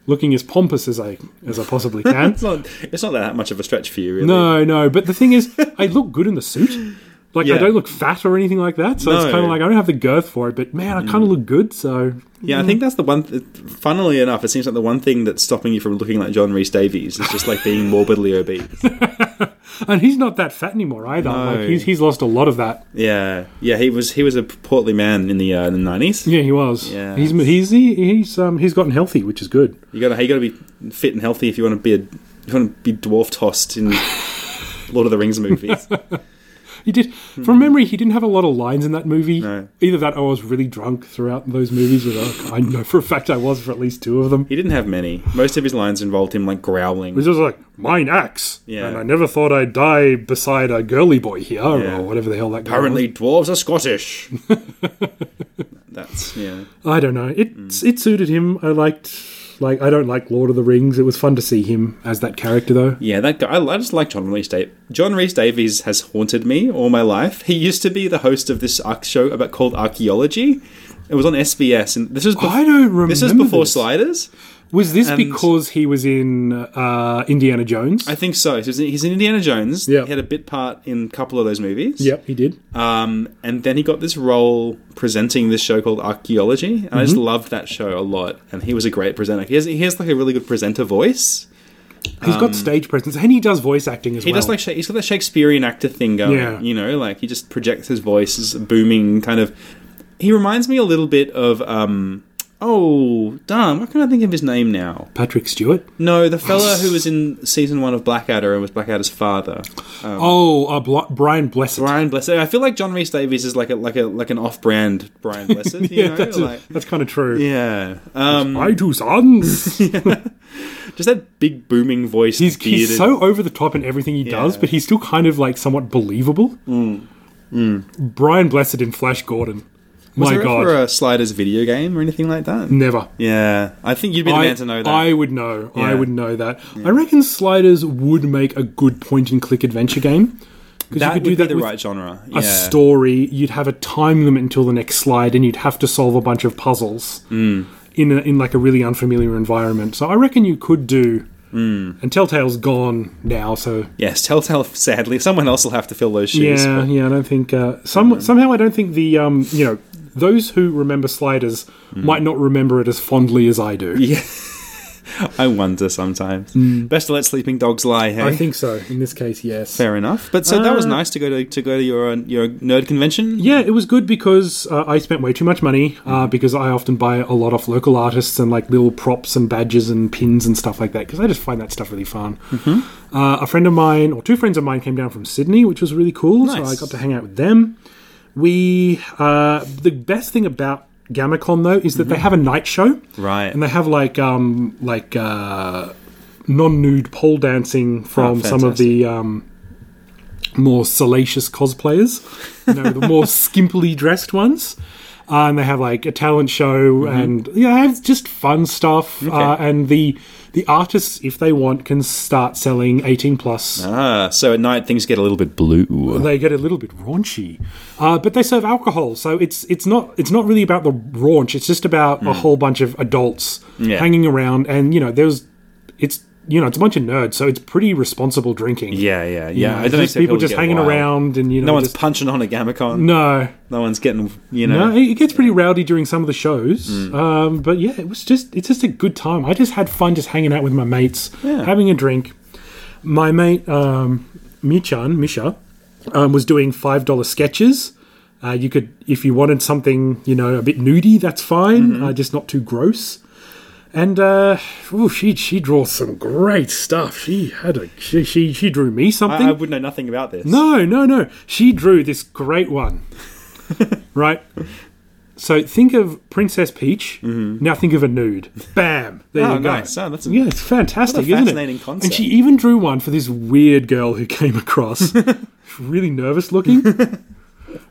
looking as pompous as I as I possibly can. *laughs* It's not, it's not that much of a stretch for you, really. no, no. But the thing is, I look good in the suit. Like Yeah. I don't look fat or anything like that, so it's No. kind of like I don't have the girth for it. But man, I kind of look good. So Yeah, I think that's the one. Th- funnily enough, it seems like the one thing that's stopping you from looking like John Reese Davies is just like being morbidly *laughs* obese. and he's not that fat anymore either. Like he's he's lost a lot of that. Yeah, yeah, he was he was a portly man in the uh, the nineties. Yeah, he was. Yeah. He's he's he, he's um he's gotten healthy, which is good. You gotta you gotta be fit and healthy if you want to be a you want to be dwarf tossed in Lord of the Rings *laughs* movies. He did. From memory, he didn't have a lot of lines in that movie. Hmm. No. Either that, or I was really drunk throughout those movies. With oh, I know for a fact I was for at least two of them. he didn't have many. Most of his lines involved him like growling. It was just like mine axe, Yeah. and I never thought I'd die beside a girly boy here, Yeah. or whatever the hell that. guy Apparently, dwarves are *laughs* Scottish. that's yeah. was. I don't know. It Hmm. it suited him. I liked. Like I don't like Lord of the Rings. It was fun to see him as that character, though. Yeah, that guy. I, I just like John Reese Davies. John Reese Davies has haunted me all my life. He used to be the host of this arc show about called Archaeology. It was on SBS, and this is bef- I don't This is remember before this. Sliders. Was this And- because he was in uh, Indiana Jones? I think so. He's in, he's in Indiana Jones. Yeah. he had a bit part in a couple of those movies. yep, he did. Um, and then he got this role presenting this show called Archaeology, and Mm-hmm. I just loved that show a lot. And he was a great presenter. He has, he has like a really good presenter voice. He's got stage presence, and he does voice acting as Um, He well. does like Sha- he's got that Shakespearean actor thing going. Yeah. You know, like he just projects his voice as a booming kind of. He reminds me a little bit of um. Oh darn! Why can't I think of his name now? Patrick Stewart. No, the fella who was in season one of Blackadder and was Blackadder's father, oh, uh, Bl- Brian Blessed. Brian Blessed. I feel like John Rhys Davies is like a like a like an off-brand Brian *laughs* Blessed. You *laughs* yeah, know? that's, a- like, that's kind of true. yeah. Um, My *laughs* two sons. just that big booming voice. He's, bearded. he's so oh over the top in everything he does, Yeah. Mm. but he's still kind of like somewhat believable. Brian Blessed in Flash Gordon. Was My there God. ever a Sliders video game or anything like that? Never. Yeah, I think you'd be the I, man to know that. I would know. I Yeah. would know that. I reckon Sliders would make a good point and click adventure game. Because that you could would do be that the with right genre. a yeah. story, you'd have a time limit until the next slide, and you'd have to solve a bunch of puzzles in a, in like a really unfamiliar environment. So I reckon you could do. And Telltale's gone now, so Yes, Telltale. Sadly, someone else will have to fill those shoes. yeah, yeah. I don't think uh, some somehow I don't think the um you know those who remember Sliders might not remember it as fondly as I do. I wonder sometimes. Best to let sleeping dogs lie. Hey, Mm. I think so. In this case, yes. fair enough. But so that was Uh, nice to go to to go to your uh, your nerd convention. Yeah, it was good because uh, I spent way too much money uh, because I often buy a lot off local artists and like little props and badges and pins and stuff like that because I just find that stuff really fun. Uh, a friend of mine or two friends of mine came down from Sydney, which was really cool. So I Nice. got to hang out with them. We uh, the best thing about GammaCon though is that they have a night show, Right. And they have like um like uh, non nude pole dancing from some of the um more salacious cosplayers, you know, the more skimpily dressed ones. Uh, and they have like a talent show and yeah, it's just fun stuff. Uh, and the the artists, if they want, can start selling eighteen plus. Ah, so at night things get a little bit blue. They get a little bit raunchy, uh, but they serve alcohol, so it's it's not it's not really about the raunch. It's just about a whole bunch of adults Hmm. Yeah. hanging around, and you know, there's it's you know it's a bunch of nerds, so it's pretty responsible drinking. Yeah, yeah, yeah. You know, I don't it's just expect people to just get hanging wild. around, and you know, No one's just- punching on a Gamicon. No. no. one's getting you know. No, it it gets pretty rowdy during some of the shows. Um, but yeah, it was just it's just a good time. I just had fun just hanging out with my mates, Yeah. having a drink. My mate um, Michan Misha um, was doing five dollar sketches. Uh, you could, if you wanted something, you know, a bit nudie, that's fine. Uh, just not too gross. And uh, ooh, she she draws some great stuff. She had a she she, she drew me something. I, I would know nothing about this. No, no, no. She drew this *laughs* great one. right? So think of Princess Peach. Now think of a nude. Bam. There Mm-hmm. Oh, you go. nice. Oh, that's a- yeah, it's fantastic, what a isn't it? fascinating concept. And she even drew one for this weird girl who *laughs* came across, really nervous looking,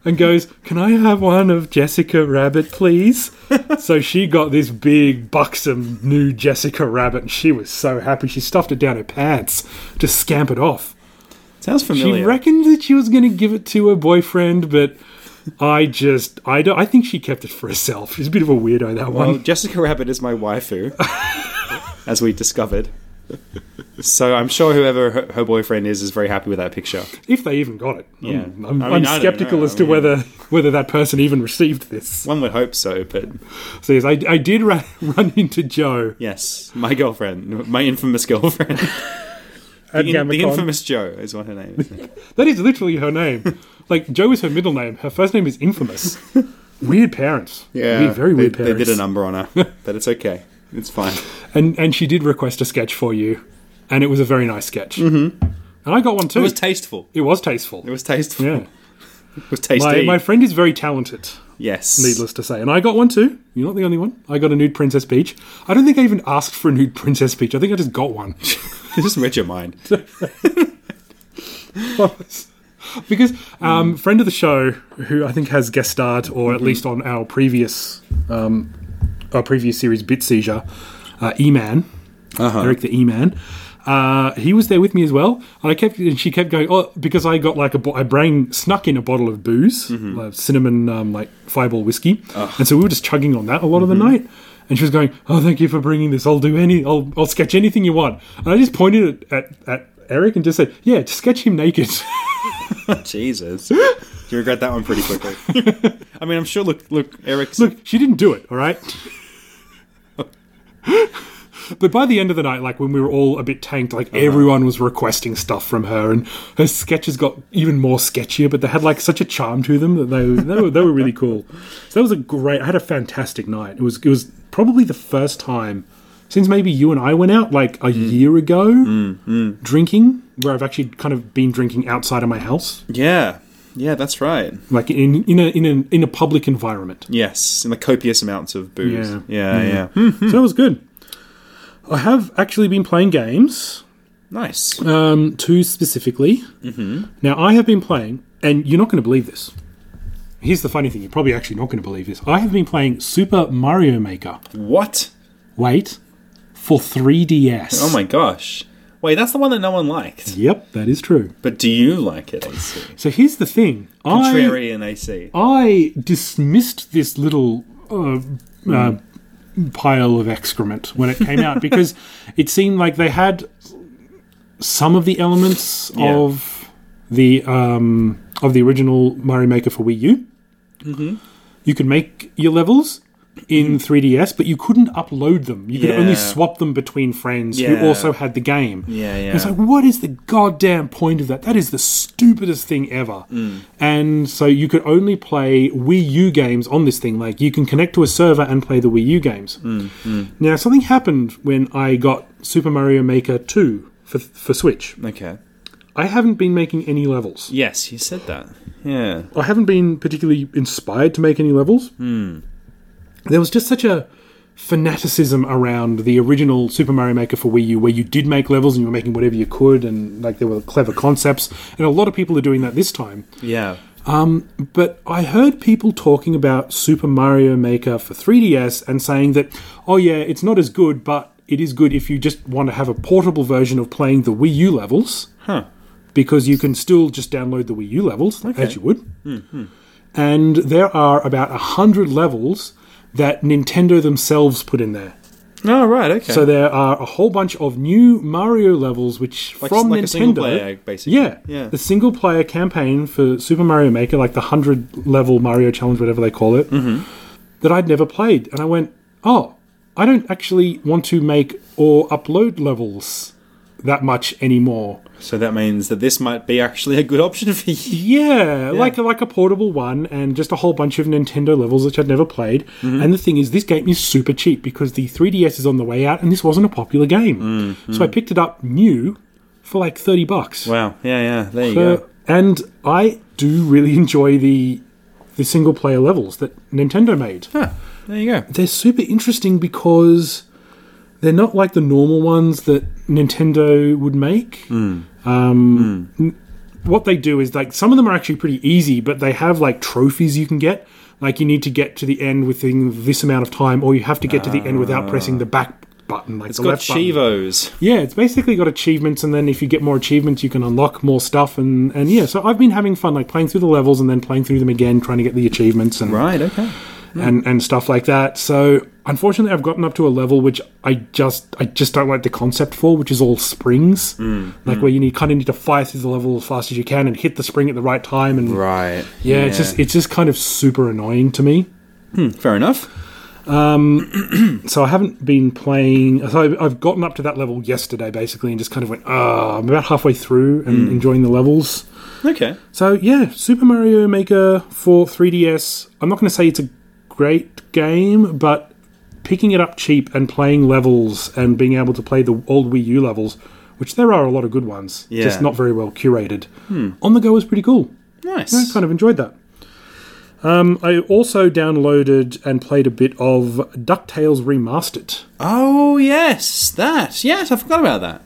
and goes, Can I have one of Jessica *laughs* Rabbit, please? so she got this big, buxom, new Jessica Rabbit, and she was so happy. She stuffed it down her pants to scampered off. sounds familiar. She reckoned that she was going to give it to her boyfriend, but I just I don't. I think she kept it for Oh, herself. She's a bit of a weirdo that well, one. *laughs* Jessica Rabbit is my waifu, as we discovered. So I'm sure whoever her, her boyfriend is is very happy with that picture. If they even got it, Yeah. I'm, I'm, I I mean, I don't am skeptical know, as I to mean- whether whether that person even received this. One would hope so, but So yes, I, I did run, *laughs* run into Joe yes, my girlfriend, my infamous *laughs* girlfriend, at the, in- the GammaCon. infamous Joe is what her name *laughs* is. That is literally her name. *laughs* like Joe is her middle name. Her first name is *laughs* Infamous. weird parents. Weird- very weird They, parents. they did a number on her, *laughs* but it's okay. It's fine. and and she did request a sketch for you, and it was a very nice sketch. Mm-hmm. And I got one too. It *laughs* was tasteful. It was tasteful. It was tasteful. yeah. It was tasty. My, my friend is very talented, yes. needless to say, and I got one too. You're not the only one. I got a nude Princess Peach. I don't think I even asked for a nude Princess Peach. I think I just got one. *laughs* *laughs* Just read your mind. because um, friend of the show who I think has guest starred or at least on our previous um, our previous series Bit Seizure, uh, E Man, Eric the E Man. Uh, he was there with me as well, and I kept and she kept going. Oh, because I got like a bo- I brain snuck in a bottle of booze, like cinnamon um, like Fireball whiskey, and so we were just chugging on that a lot of the night. And she was going, "Oh, thank you for bringing this. I'll do any. I'll, I'll sketch anything you want." And I just pointed at, at, at Eric and just said, "Yeah, just sketch him naked." *laughs* Jesus. You regret that one pretty *laughs* quickly. I mean, I'm sure. Look, look, Eric's. Look, she didn't do it, all right? but by the end of the night, like when we were all a bit tanked, like everyone was requesting stuff from her, and her sketches got even more sketchier, but they had like such a charm to them that they, they, were, they were really cool. So that was a great, I had a fantastic night. It was, it was probably the first time since maybe you and I went out like a year ago drinking, where I've actually kind of been drinking outside of my house, yeah, yeah, that's right. like in, in, a, in, a, in a public environment. Yes, and the copious amounts of booze. Yeah. Mm-hmm. yeah, yeah. Hmm, So that was good. I have actually been playing games, Nice. um, two specifically. Mm-hmm. Now, I have been playing, and you're not going to believe this. Here's the funny thing you're probably actually not going to believe this. I have been playing Super Mario Maker, What? wait, for 3DS. Oh my gosh. Wait, that's the one that no one liked. Yep, that is true. But do you like it, AC? So here's the thing. I, Contrarian AC. I dismissed this little uh, uh, pile of excrement when it *laughs* came out because it seemed like they had some of the elements Yeah. of the um, of the original Mario Maker for Wii U. Mm-hmm. You could make your levels in 3DS, but you couldn't upload them. You could only Mm-hmm. Yeah. swap them between friends Yeah. who also had the game. Yeah, And yeah. It's like, what is the goddamn point of that? That is the stupidest thing ever. And so you could only play Wii U games on this thing. Like, you can connect to a server and play the Wii U games. Now, something happened when I got Super Mario Maker 2 for, for Switch. Okay. I haven't been making any levels. Yes, you said that. Yeah. I haven't been particularly inspired to make any levels. There was just such a fanaticism around the original Super Mario Maker for Wii U, where you did make levels and you were making whatever you could, and like there were clever concepts, and a lot of people are doing that this time. Yeah. But I heard people talking about Super Mario Maker for 3DS and saying that, oh yeah, it's not as good, but it is good if you just want to have a portable version of playing the Wii U levels Huh. because you can still just download the Wii U levels as you would. Hmm, And there are about a hundred levels that Nintendo themselves put in there. Oh, right, okay. So there are a whole bunch of new Mario levels, which Like- from like Nintendo, a single player, basically. Yeah, Yeah. the single player campaign for Super Mario Maker, like the hundred level Mario Challenge, whatever they call it, Mm-hmm. that I'd never played, and I went, oh, I don't actually want to make or upload levels that much anymore. So that means that this might be actually a good option for you. Yeah, like like a portable one, and just a whole bunch of Nintendo levels which I'd never played. Mm-hmm. And the thing is, this game is super cheap because the 3DS is on the way out, and this wasn't a popular game. Mm-hmm. So I picked it up new for like thirty bucks. Wow. Yeah, yeah. There you So- go. and I do really *laughs* enjoy the the single player levels that Nintendo made. There you go. They're super interesting because they're not like the normal ones that Nintendo would make. Hmm. Um, what they do is like some of them are actually pretty easy, but they have like trophies you can get. Like you need to get to the end within this amount of time, or you have to get to the end without pressing the back button, Ah. like It's the got left button. Chivos. Yeah, it's basically got achievements, and then if you get more achievements, you can unlock more stuff, and and yeah. So I've been having fun like playing through the levels Mm. and then playing through them again, trying to get the achievements and Right, okay. and and stuff like that. So Unfortunately, I've gotten up to a level which I just I just don't like the concept for, which is all springs, like where you need kind of need to fire through the level as fast as you can and hit the spring at the right time. And Right. yeah, it's just it's just kind of super annoying to me. fair enough. So I haven't been playing. So I've- I've gotten up to that level yesterday, basically, and just kind of went, ah, I'm about halfway through and enjoying the levels. Okay. So yeah, Super Mario Maker for 3DS. I'm not going to say it's a great game, but picking it up cheap and playing levels and being able to play the old Wii U levels, which there are a lot of good ones, Yeah. just not very well curated. On the go is pretty cool. Nice. I kind of enjoyed that. Um, I also downloaded and played a bit of DuckTales Remastered. Oh yes, that. Yes, I forgot about that.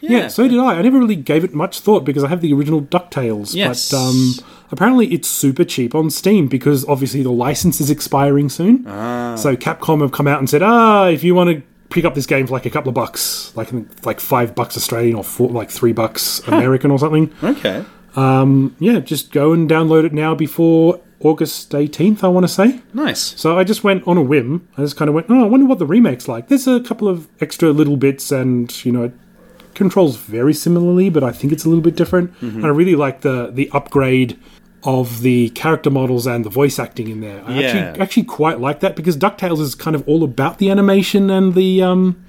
Yeah, so did I. I never really gave it much thought because I have the original DuckTales. Yes. But um, apparently it's super cheap on Steam because obviously the license is expiring soon. So Capcom have come out and said, ah, if you want to pick up this game for like a couple of bucks, like like five bucks Australian or four, like three bucks American or something, Okay. yeah, just go and download it now before August 18th, I want to say. Nice. So I just went on a whim. I just kind of went, oh, I wonder what the remake's like. There's a couple of extra little bits, and you know, it controls very similarly, but I think it's a little bit different. Mm-hmm. And I really like the the upgrade of the character models and the voice acting in there. I Yeah. actually actually quite like that because DuckTales is kind of all about the animation and the um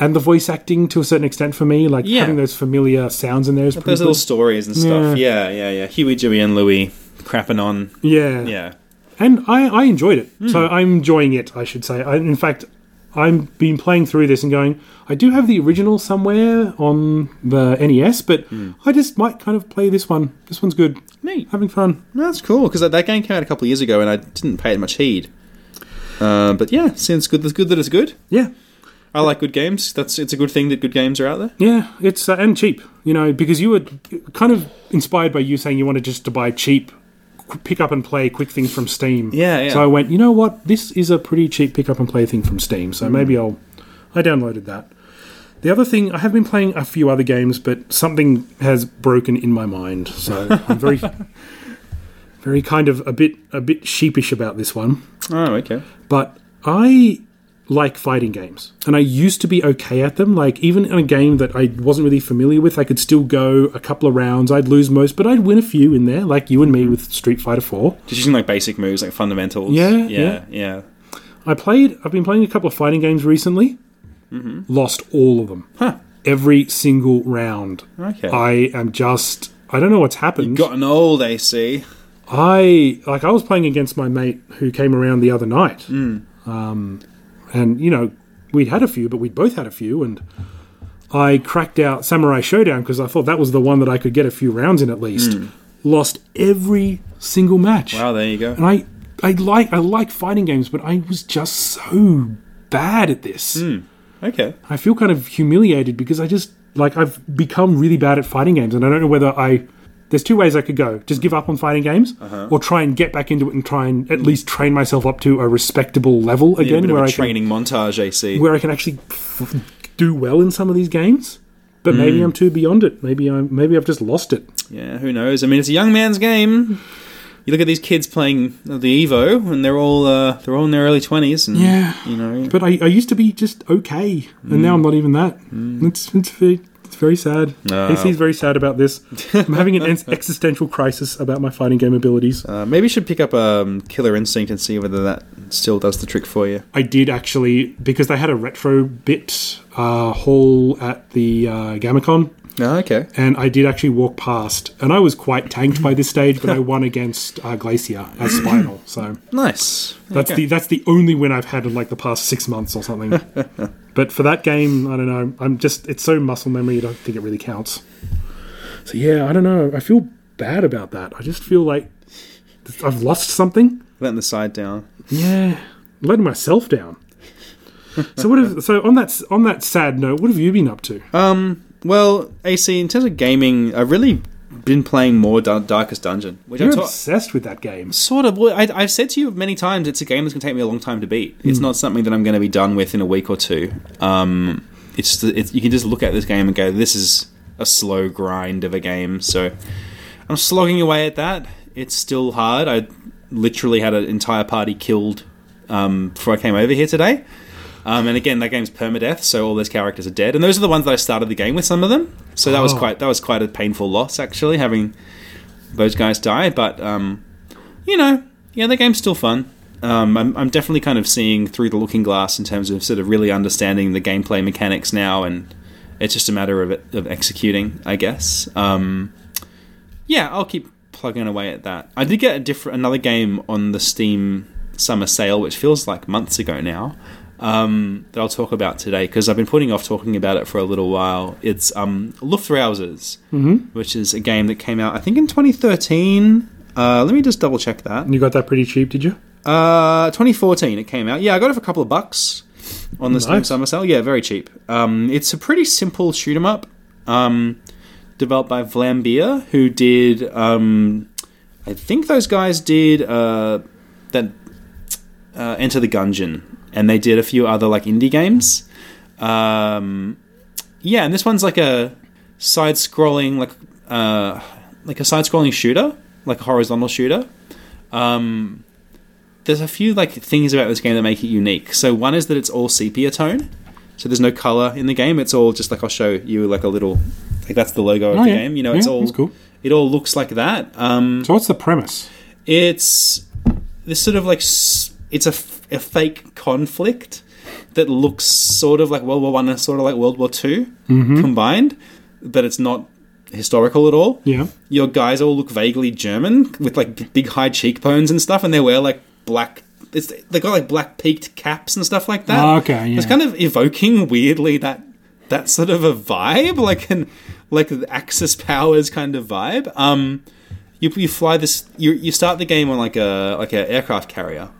and the voice acting to a certain extent for me. Like Mm. Yeah. having those familiar sounds in there is pretty Those cool. little stories and stuff. Yeah, yeah, yeah. Huey, Dewey, and Louie crapping on. Yeah. and I, I enjoyed it. So I'm enjoying it, I should say. I, in fact, I've been playing through this and going, I do have the original somewhere on the NES, but I just might kind of play this one. This one's good. Neat. Having fun. No, That's cool because that, that game came out a couple of years ago and I didn't pay it much heed. Uh, but yeah, since good, it's good that it's good. Yeah. I like good games. That's it's a good thing that good games are out there. Yeah, it's uh, and cheap, you know, because you were kind of inspired by you saying you wanted just to buy cheap, qu- pick up and play quick things from Steam. Yeah, yeah. So I went, you know what? This is a pretty cheap pick up and play thing from Steam. Mm. So maybe I'll, I downloaded that. The other thing, I have been playing a few other games, but something has broken in my mind. So I'm *laughs* very, very kind of a bit, a bit sheepish about this one Oh, okay. but I like fighting games and I used to be okay at them like even in a game that I wasn't really familiar with I could still go a couple of rounds I'd lose most but I'd win a few in there like you and me with Street Fighter 4 Just using like basic moves, like fundamentals. Yeah, yeah, yeah. yeah. yeah. I played I've been playing a couple of fighting games recently lost all of them Huh. every single round Okay. I am just I don't know what's happened Gotten old, AC. I like I was playing against my mate who came around the other night, um, and you know we'd had a few, but we'd both had a few, and I cracked out Samurai Showdown because I thought that was the one that I could get a few rounds in at least. Lost every single match, Wow, there you go. and I I like I like fighting games, but I was just so bad at this. Okay. I feel kind of humiliated because I just like I've become really bad at fighting games, and I don't know whether I. There's two ways I could go: just give up on fighting games, Uh-huh. or try and get back into it and try and at least train myself up to a respectable level Need a again, bit of where a I can, training montage, AC. where I can actually *laughs* f- do well in some of these games. But maybe Mm. I'm too beyond it. Maybe I'm maybe I've just lost it. Yeah, who knows? I mean, it's a young man's game. You look at these kids playing the Evo, and they're all uh, they're all in their early twenties, and Yeah. you know, But I, I used to be just okay, and now I'm Mm. not even that. It's it's very, it's very sad. No. AC's very sad about this. I'm having an ex- existential crisis about my fighting game abilities. uh, maybe you should pick up um, Killer Instinct and see whether that still does the trick for you. I did actually because they had a retro bit uh, hall at the uh, Gamicon, Oh, okay. and I did actually walk past, and I was quite tanked by this stage, but I won against uh, Glacier as Spinal. So Nice. There that's you go. the that's the only win I've had in like the past six months or something. but for that game, I don't know. I'm just it's so muscle memory. I don't think it really counts. So yeah, I don't know. I feel bad about that. I just feel like I've lost something. letting the side down. Yeah, letting myself down. So what? Have, so on that on that sad note, what have you been up to? Um, well, AC, in terms of gaming, I've really been playing more Dun- Darkest Dungeon, which You're I ta- obsessed with that game. sort of. well, I, I've said to you many times, it's a game that's going to take me a long time to beat. It's not something that I'm going to be done with in a week or two. Um, it's, it's you can just look at this game and go, this is a slow grind of a game. So I'm slogging away at that. It's still hard. I literally had an entire party killed um, before I came over here today. Um, and again, that game's permadeath, so all those characters are dead. And those are the ones that I started the game with. Some of them, so that was Oh. quite that was quite a painful loss actually, having those guys die. But um, you know, yeah, the game's still fun. Um, I'm, I'm definitely kind of seeing through the looking glass in terms of sort of really understanding the gameplay mechanics now, and it's just a matter of it, of executing, I guess. Um, yeah, I'll keep plugging away at that. I did get a different another game on the Steam summer sale, which feels like months ago now. Um, that I'll talk about today because I've been putting off talking about it for a little while. It's um, Luftrausers, which is a game that came out I think in 2013. Uh, let me just double check that. And you got that pretty cheap, did you? Uh, 2014 it came out. Yeah, I got it for a couple of bucks on the Steam Nice. summer sale. Yeah, very cheap. Um, it's a pretty simple shoot 'em up. Um, developed by Vlambeer, who did um, I think those guys did uh, that uh, Enter the Gungeon, and they did a few other like indie games. Um, yeah, and this one's like a side-scrolling like uh, like a side-scrolling shooter, like a horizontal shooter Um, there's a few like things about this game that make it unique. So one is that it's all sepia tone, so there's no color in the game. It's all just like I'll show you like a little like that's the logo of Oh, the yeah. game. You know, it's Yeah, all that's cool. it all looks like that. Um, So what's the premise? it's this sort of like s- it's a, f- a fake conflict that looks sort of like World War One and sort of like World War 2 combined, but it's not historical at all. Yeah. your guys all look vaguely German with like b- big high cheekbones and stuff, and they wear like black. It's, they got like black peaked caps and stuff like that. Ah, okay, it's yeah. kind of evoking weirdly that that sort of a vibe, like an like the Axis powers kind of vibe. Um, you, you fly this you, you start the game on like a like a aircraft carrier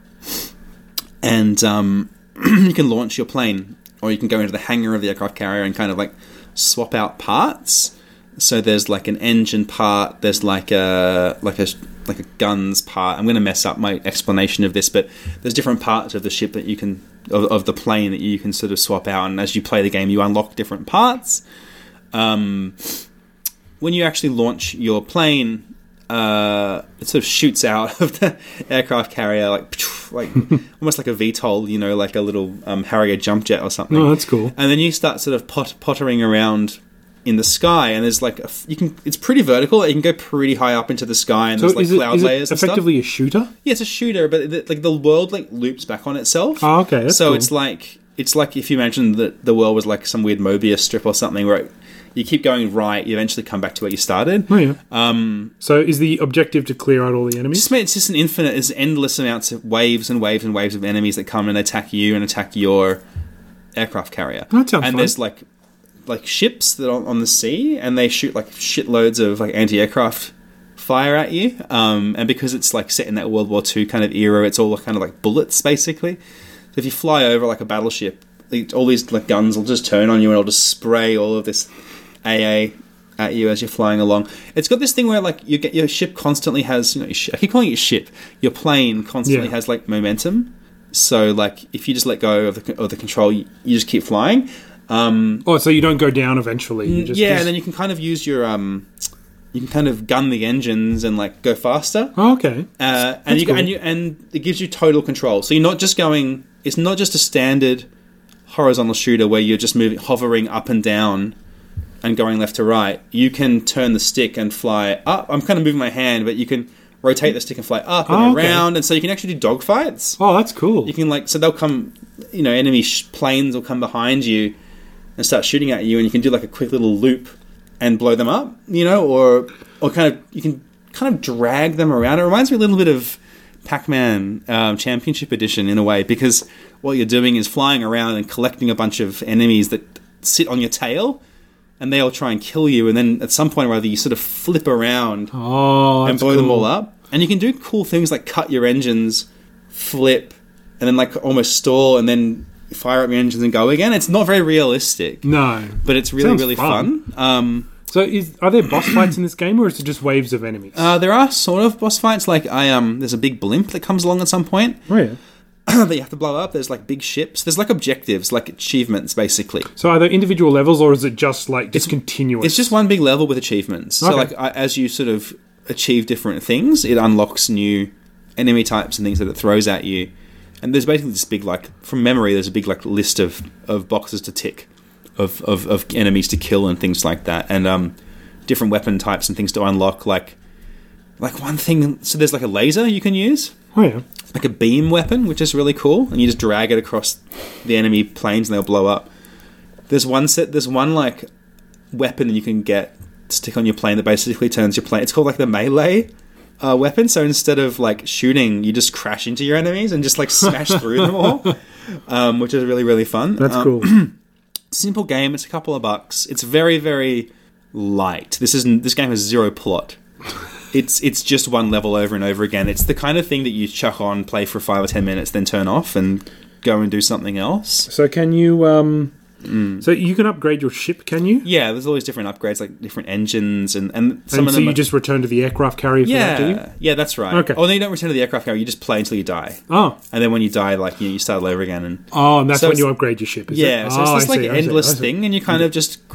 and um, *clears throat* you can launch your plane or you can go into the hangar of the aircraft carrier and kind of like swap out parts so there's like an engine part there's like a like a like a guns part i'm going to mess up my explanation of this but there's different parts of the ship that you can of, of the plane that you can sort of swap out and as you play the game you unlock different parts when you actually launch your plane, uh, it sort of shoots out of the aircraft carrier, like *laughs* like almost like a VTOL, you know, like a little um, Harrier jump jet or something. Oh, that's cool. And then you start sort of pot- pottering around in the sky, and there's like a f you can. It's pretty vertical. You can go pretty high up into the sky, and So there's like is, it, cloud is layers. it and stuff. effectively a shooter? Yeah, it's a shooter, but it, like the world like loops back on itself. Oh, okay, that's so cool. it's like it's like if you imagine that the world was like some weird Mobius strip or something, where it, you keep going right, you eventually come back to where you started. Oh, yeah. Um, so is the objective to clear out all the enemies? It's just, it's just an infinite, it's endless amounts of waves and waves and waves of enemies that come and attack you and attack your aircraft carrier. That sounds and fun. there's like like ships that are on the sea and they shoot like shitloads of like anti-aircraft fire at you. Um, and because it's like set in that World War II kind of era, it's all kind of like bullets basically. So if you fly over like a battleship, the- all these like guns will just turn on you and it'll just spray all of this AA at you as you're flying along. It's got this thing where like you get your ship constantly has you know your shi I keep calling it your ship. Your plane constantly Yeah. has like momentum. So like if you just let go of the c- of the control, you, you just keep flying. Oh, so you don't go down eventually. You just, Mm, yeah, just- and then you can kind of use your um, you can kind of gun the engines and like go faster. Oh, okay. Uh, and you cool. and you and it gives you total control. So you're not just going. It's not just a standard horizontal shooter where you're just moving, hovering up and down, and going left to right. You can turn the stick and fly up. I'm kind of moving my hand, but you can rotate the stick and fly up and Oh, okay. around, and so you can actually do dogfights. Oh, that's cool. You can like so they'll come, you know, enemy sh- planes will come behind you and start shooting at you, and you can do like a quick little loop and blow them up, you know, or or kind of you can kind of drag them around. It reminds me a little bit of Pac-Man um, Championship Edition in a way because what you're doing is flying around and collecting a bunch of enemies that sit on your tail. And they all try and kill you, and then at some point or other, you sort of flip around oh, and that's blow them cool. all up. And you can do cool things like cut your engines, flip, and then like almost stall and then fire up your engines and go again. It's not very realistic, No, but it's really Sounds really fun. fun. Um, so is are *coughs* there boss fights in this game, or is it just waves of enemies? uh, there are sort of boss fights. Like I um, there's a big blimp that comes along at some point *clears throat* oh, yeah. that you have to blow up. There's like big ships. There's like objectives, like achievements, basically. So are there individual levels, or is it just like just continuous? It's just one big level with achievements. So Okay. like I- as you sort of achieve different things, it unlocks new enemy types and things that it throws at you. and there's basically this big like from memory there's a big like list of of boxes to tick of of, of enemies to kill and things like that and um different weapon types and things to unlock like like one thing so there's like a laser you can use Oh yeah. like a beam weapon, which is really cool, and you just drag it across the enemy planes and they'll blow up. There's one set. There's one like weapon you can get stick on your plane that basically turns your plane. It's called like the melee uh, weapon. So instead of like shooting, you just crash into your enemies and just like smash through them all, um, which is really really fun. That's Um, cool. Simple game. It's a couple of bucks. It's very very light. This isn't. This game has zero *laughs* plot. It's it's just one level over and over again. It's the kind of thing that you chuck on, play for five or ten minutes, then turn off and go and do something else. so can you um so you can upgrade your ship, can you? Yeah, there's always different upgrades, like different engines and and some and of so them. you are- just return to the aircraft carrier for that, do you? yeah, yeah, that's right. Okay. Oh, no, you don't return to the aircraft carrier. You just play until you die, Oh. and then when you die, like you, you start all over again. And Oh, and that's So when you it's- upgrade your ship, is yeah, it? so Oh, it's this I like see, I see, endless I see. thing, and you're kind of just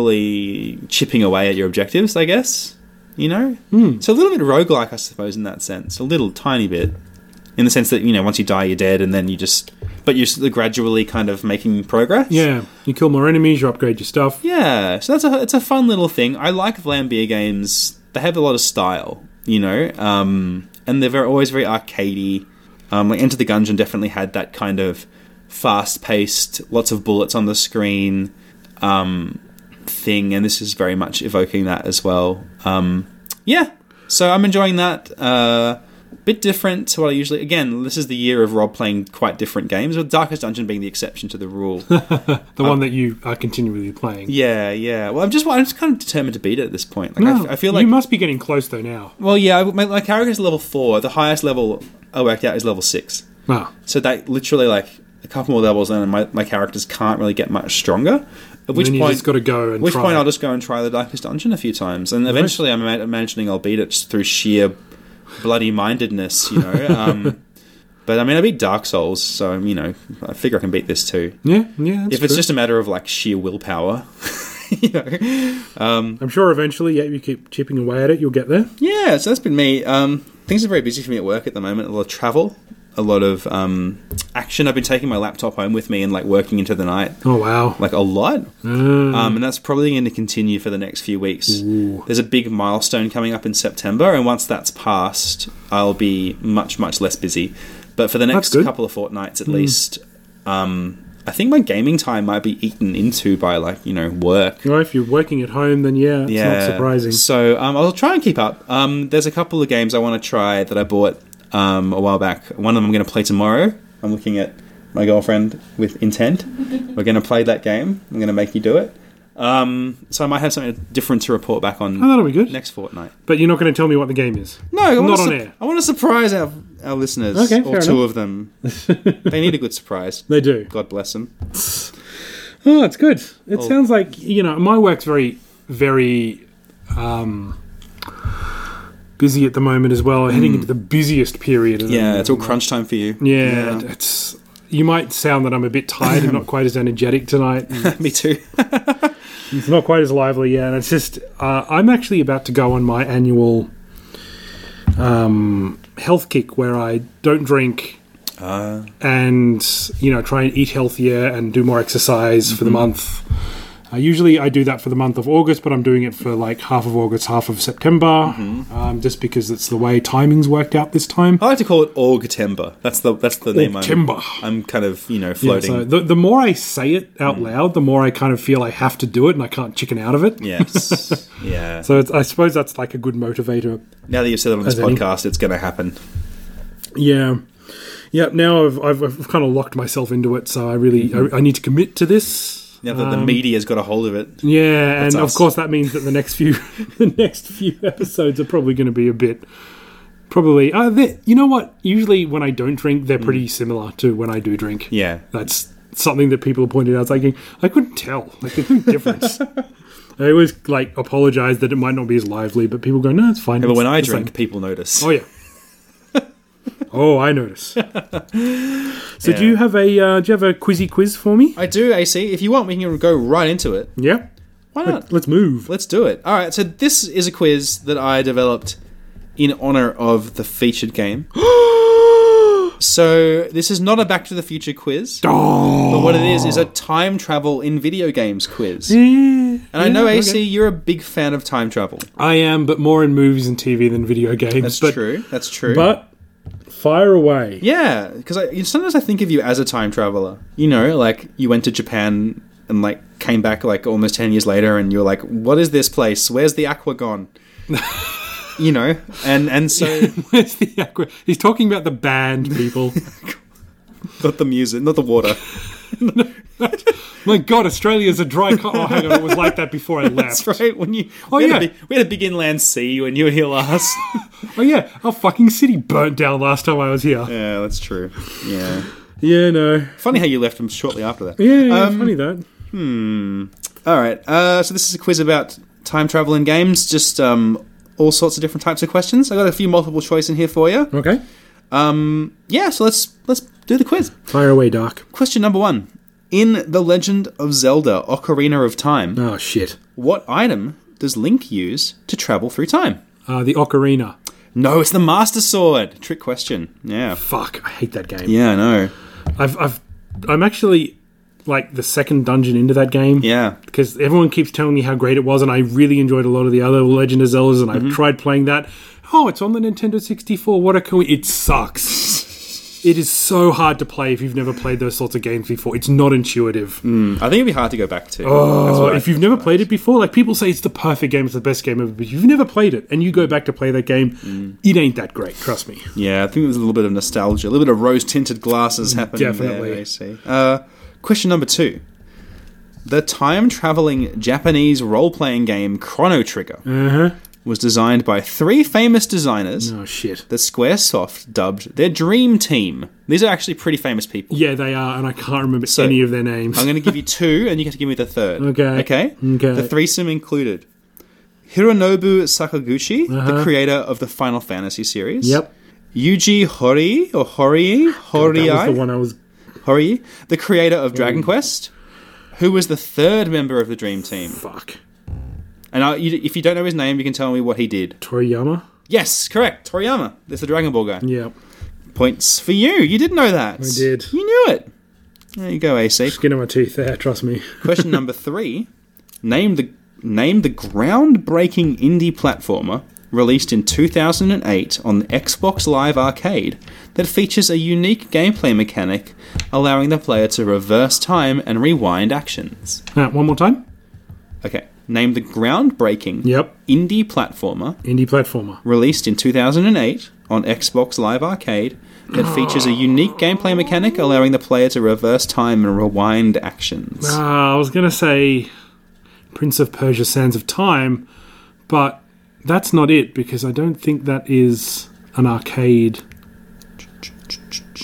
gradually chipping away at your objectives, I guess. You know, Hmm. it's a little bit roguelike, I suppose, in that sense. A little tiny bit, in the sense that you know, once you die, you're dead, and then you just, but you're s- gradually kind of making progress. Yeah. You kill more enemies, you upgrade your stuff. yeah. So that's a it's a fun little thing. I like Vlambeer games. They have a lot of style, you know, um, and they're very, always very arcadey. Um, like Enter the Gungeon definitely had that kind of fast-paced, lots of bullets on the screen um, thing, and this is very much evoking that as well. Um, yeah, so I'm enjoying that. Uh, bit different to what I usually. Again, this is the year of Rob playing quite different games, with Darkest Dungeon being the exception to the rule. *laughs* The one that you are continually playing. yeah, yeah. Well, I'm just I'm just kind of determined to beat it at this point. Like I f I I, feel like. Oh, you must be getting close though now. well, yeah. I- My, my character's level four. The highest level I worked out is level six. Ah, So that literally like a couple more levels, and my, my characters can't really get much stronger. At which then you point, just gotta go and which try. point I'll just go and try the Darkest Dungeon a few times, and eventually I'm ima- imagining I'll beat it just through sheer bloody mindedness, you *laughs* know. Um, but I mean, I beat Dark Souls, so you know, I figure I can beat this too. yeah, yeah. that's if it's true. just a matter of like sheer willpower, you know. I'm sure eventually, yeah, you keep chipping away at it, you'll get there. Yeah, so that's been me. Um, things are very busy for me at work at the moment. A lot of travel, a lot of um, action. I've been taking my laptop home with me and like working into the night. Oh wow. like a lot. Um, and that's probably going to continue for the next few weeks. There's a big milestone coming up in September, and once that's passed, I'll be much, much less busy. But for the next good. couple of fortnights at least, um, I think my gaming time might be eaten into by, like, you know, work. Well, if you're working at home, then yeah, it's not surprising. So um, I'll try and keep up. Um, there's a couple of games I want to try that I bought um, a while back. One of them I'm going to play tomorrow. I'm looking at my girlfriend with intent. *laughs* We're going to play that game. I'm going to make you do it. Um, so I might have something different to report back on Oh, that'll be good. next fortnight. But you're not going to tell me what the game is. No, I wanna Not on sur- air. I want to surprise our, our listeners, Okay, or fair two enough. of *laughs* them. they need a good surprise. They do. God bless them. Oh, it's good. It sounds like you know my work's very, very um, busy at the moment as well. Heading into the busiest period. of the Hmm. Yeah, year. it's all crunch time for you. yeah. It's you might sound that I'm a bit tired and not quite as energetic tonight. *laughs* me too. It's not quite as lively, yeah. And it's just, uh, I'm actually about to go on my annual um, health kick where I don't drink and, you know, try and eat healthier and do more exercise for the month. Uh, usually I do that for the month of August, but I'm doing it for like half of August, half of September, um, just because it's the way timing's worked out this time. I like to call it Orgtember. That's the that's the name. Orgtember. I'm, I'm kind of you know Yeah, floating. so the, the more I say it out loud, the more I kind of feel I have to do it and I can't chicken out of it. *laughs* Yes. yeah. So it's, I suppose that's like a good motivator now that you've said it on this Has any- podcast, it's going to happen. Yeah. Yeah, now I've, I've, I've kind of locked myself into it, so I really Mm-hmm. I, I need to commit to this. Now that the media's got a hold of it. Yeah, and of us. course that means that the next few *laughs* the next few episodes are probably going to be a bit probably uh, they- you know what? Usually when I don't drink, they're pretty similar to when I do drink. Mm. Yeah. That's something that people pointed out. It's like I couldn't tell. Like there's no *laughs* difference. I always like apologize that it might not be as lively, but people go, "No, it's fine." But when it's I the same." drink, people notice. Oh yeah. *laughs* oh, I notice. So Yeah. do you have a uh, do you have a quizzy quiz for me? I do, AC. If you want, we can go right into it. Yeah. Why not? Let, us *gasps* move. Let's do it. All right. So this is a *gasps* quiz that I developed in honor of the featured game. Oh. So this is not a Back to the Future quiz, but what it is is a Oh. time travel in video games quiz. And I know AC, you're a big fan of time travel. I am, but more in movies and TV than video games. That's but, true. That's true. But fire away. yeah, because I, sometimes I think of you as a time traveler. You know, like you went to Japan and like came back like almost ten years later, and you're like, "What is this place? Where's the aqua *laughs* gone?" you know, and and so *laughs* Where's the aqua? He's talking about the band *laughs* people. *laughs* not the music, not the water. *laughs* My God, Australia's a dry. Co- oh, hang on, it was like that before *laughs* I left. That's right. When you, Oh, we, had yeah. a big, we had a big inland sea when you were here *laughs* last. Oh yeah, our fucking city burnt down last time I was here. Yeah, yeah, that's true. Yeah. no. Funny how you left him shortly after that. Yeah, yeah funny that. All right. Uh, so this is a quiz about time travel in games. Just um, all sorts of different types of questions. I got a few multiple choice in here for you. Okay, Yeah. So let's let's do the quiz. fire away, Doc. Question number one. In The Legend of Zelda Ocarina of Time, Oh shit. what item does Link use to travel through time? Uh, the ocarina. No, it's the Master Sword. Trick question. Yeah. Fuck, I hate that game. Yeah, I know. I've, I've, I'm actually like the second dungeon into that game. Yeah. because everyone keeps telling me how great it was, and I really enjoyed a lot of the other Legend of Zelda's, and Mm-hmm. I've tried playing that. Oh, it's on the Nintendo 64. What a co- It sucks. it is so hard to play if you've never played those sorts of games before. It's not intuitive. I think it'd be hard to go back to. That's Oh, what I if you've never played it before, like people say it's the perfect game, it's the best game ever, but if you've never played it and you go back to play that game, Mm. it ain't that great, trust me. Yeah, I think there's a little bit of nostalgia, a little bit of rose tinted glasses happening Mm, Definitely. there. Definitely. Uh, question number two. The time traveling Japanese role playing game Chrono Trigger Uh-huh. was designed by three famous designers Oh, shit. that Squaresoft dubbed their dream team. These are actually pretty famous people. Yeah, they are, and I can't remember So- any of their names. I'm going to give you two, and you have to give me the third. Okay. Okay? Okay. The threesome included Hironobu Sakaguchi, the creator of the Final Fantasy series. Uh-huh. yep. Yuji Horii or *sighs* Horii Horii That was the one Mm. I was. Horii, the creator of Dragon Quest, who was the third member of the Dream Team. Fuck. And I, you, if you don't know his name, you can tell me what he did. Toriyama? Yes, correct. Toriyama. That's the Dragon Ball guy. Yep. Points for you. You did know that. I did. You knew it. There you go, AC. Skin of my teeth there, trust me. Question number three. Name the name the groundbreaking indie platformer released in 2008 on the Xbox Live Arcade that features a unique gameplay mechanic allowing the player to reverse time and rewind actions. Uh, one more time. Okay, name the groundbreaking Yep. indie platformer Indie platformer. released in 2008 on Xbox Live Arcade that features a unique gameplay mechanic allowing the player to reverse time and rewind actions. Uh, I was going to say Prince of Persia Sands of Time, but that's not it because I don't think that is an arcade.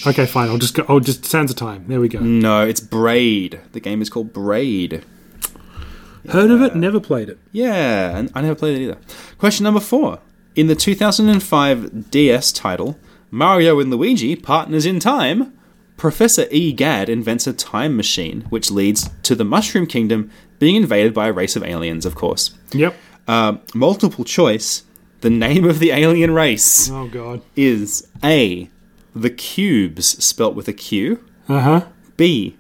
Okay, fine. I'll just go. Oh, just Sands of Time. There we go. No, it's Braid. The game is called Braid. Heard of it? Never played it. Yeah, and I never played it either. Question number four. In the 2005 DS title, Mario and Luigi Partners in Time, Professor E. Gad invents a time machine, which leads to the Mushroom Kingdom being invaded by a race of aliens, of course. Yep. Uh, multiple choice. The name of the alien race Oh God. is A. The Cubes, spelt with a Q. Uh huh. B.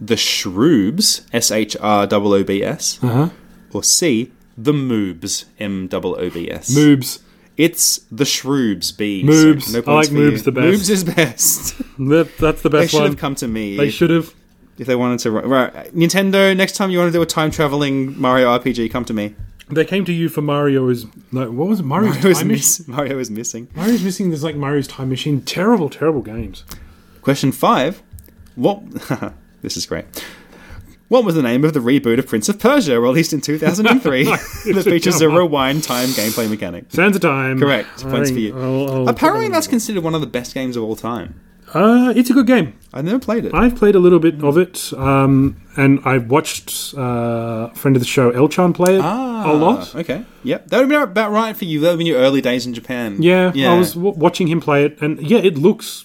The Shroobs, S H R O O B S. Uh-huh. Or C. The Moobs, M O O B S. Moobs. It's the Shroobs, B. Moobs. So I points like for Moobs the best. Moobs is best. That, *laughs* that's the they best should one. have come to me They if, should have. if they wanted to. ri- Right, Nintendo, next time you want to do a time traveling Mario RPG, come to me. *laughs* They came to you for Mario's. No, what was it? Mario's, Mario is, time machine? miss- Mario is missing. Mario's missing. There's like Mario's time machine. Terrible, terrible games. Question five. What? *laughs* this is great. What was the name of the reboot of Prince of Persia released in *laughs* 2003 *laughs* that features a rewind time gameplay mechanic? Sands of Time. *laughs* Correct. I Points for think you. I'll- I'll- Apparently, that's considered one of the best games of all time. Uh, it's a good game. I've never played it. I've played a little bit of it, um, and I watched uh, friend of the show Elchan play it Ah. a lot. Okay. Yep. That would be about right for you. That would be your early days in Japan. Yeah, Yeah. I was w- watching him play it, and yeah, it looks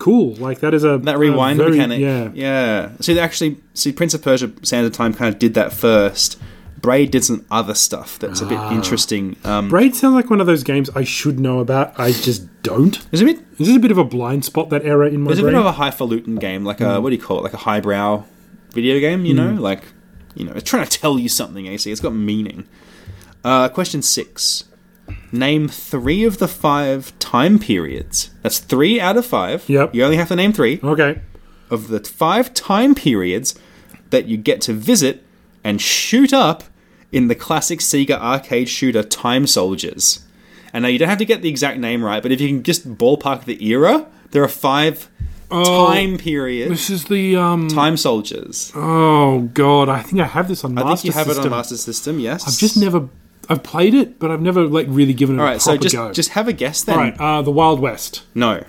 cool. Like that is a that a rewind very- mechanic. Yeah, Yeah. See, they actually, see, Prince of Persia: Sands of Time kind of did that first, Braid did some other stuff that's a bit Ah. interesting. Um, Braid sounds like one of those games I should know about. I just don't. there's a bit. Is this a bit of a blind spot that error in my There's a brain? bit of a highfalutin game, like a what do you call it? Like a highbrow video game. You know, like you know, it's trying to tell you something. AC. It's got meaning. Uh, question six. Name three of the five time periods. That's three out of five. Yep. You only have to name three. okay. of the five time periods that you get to visit and shoot up in the classic Sega arcade shooter Time Soldiers. And now you don't have to get the exact name right, but if you can just ballpark the era, there are five time periods. Oh, This is the um. Time Soldiers. Oh god, I think I have this on I Master think you have System. it on Master System, yes. I've just never. I've played it, but I've never like really given it All a proper right, so just go. just have a guess then. All right, uh, the Wild West. No.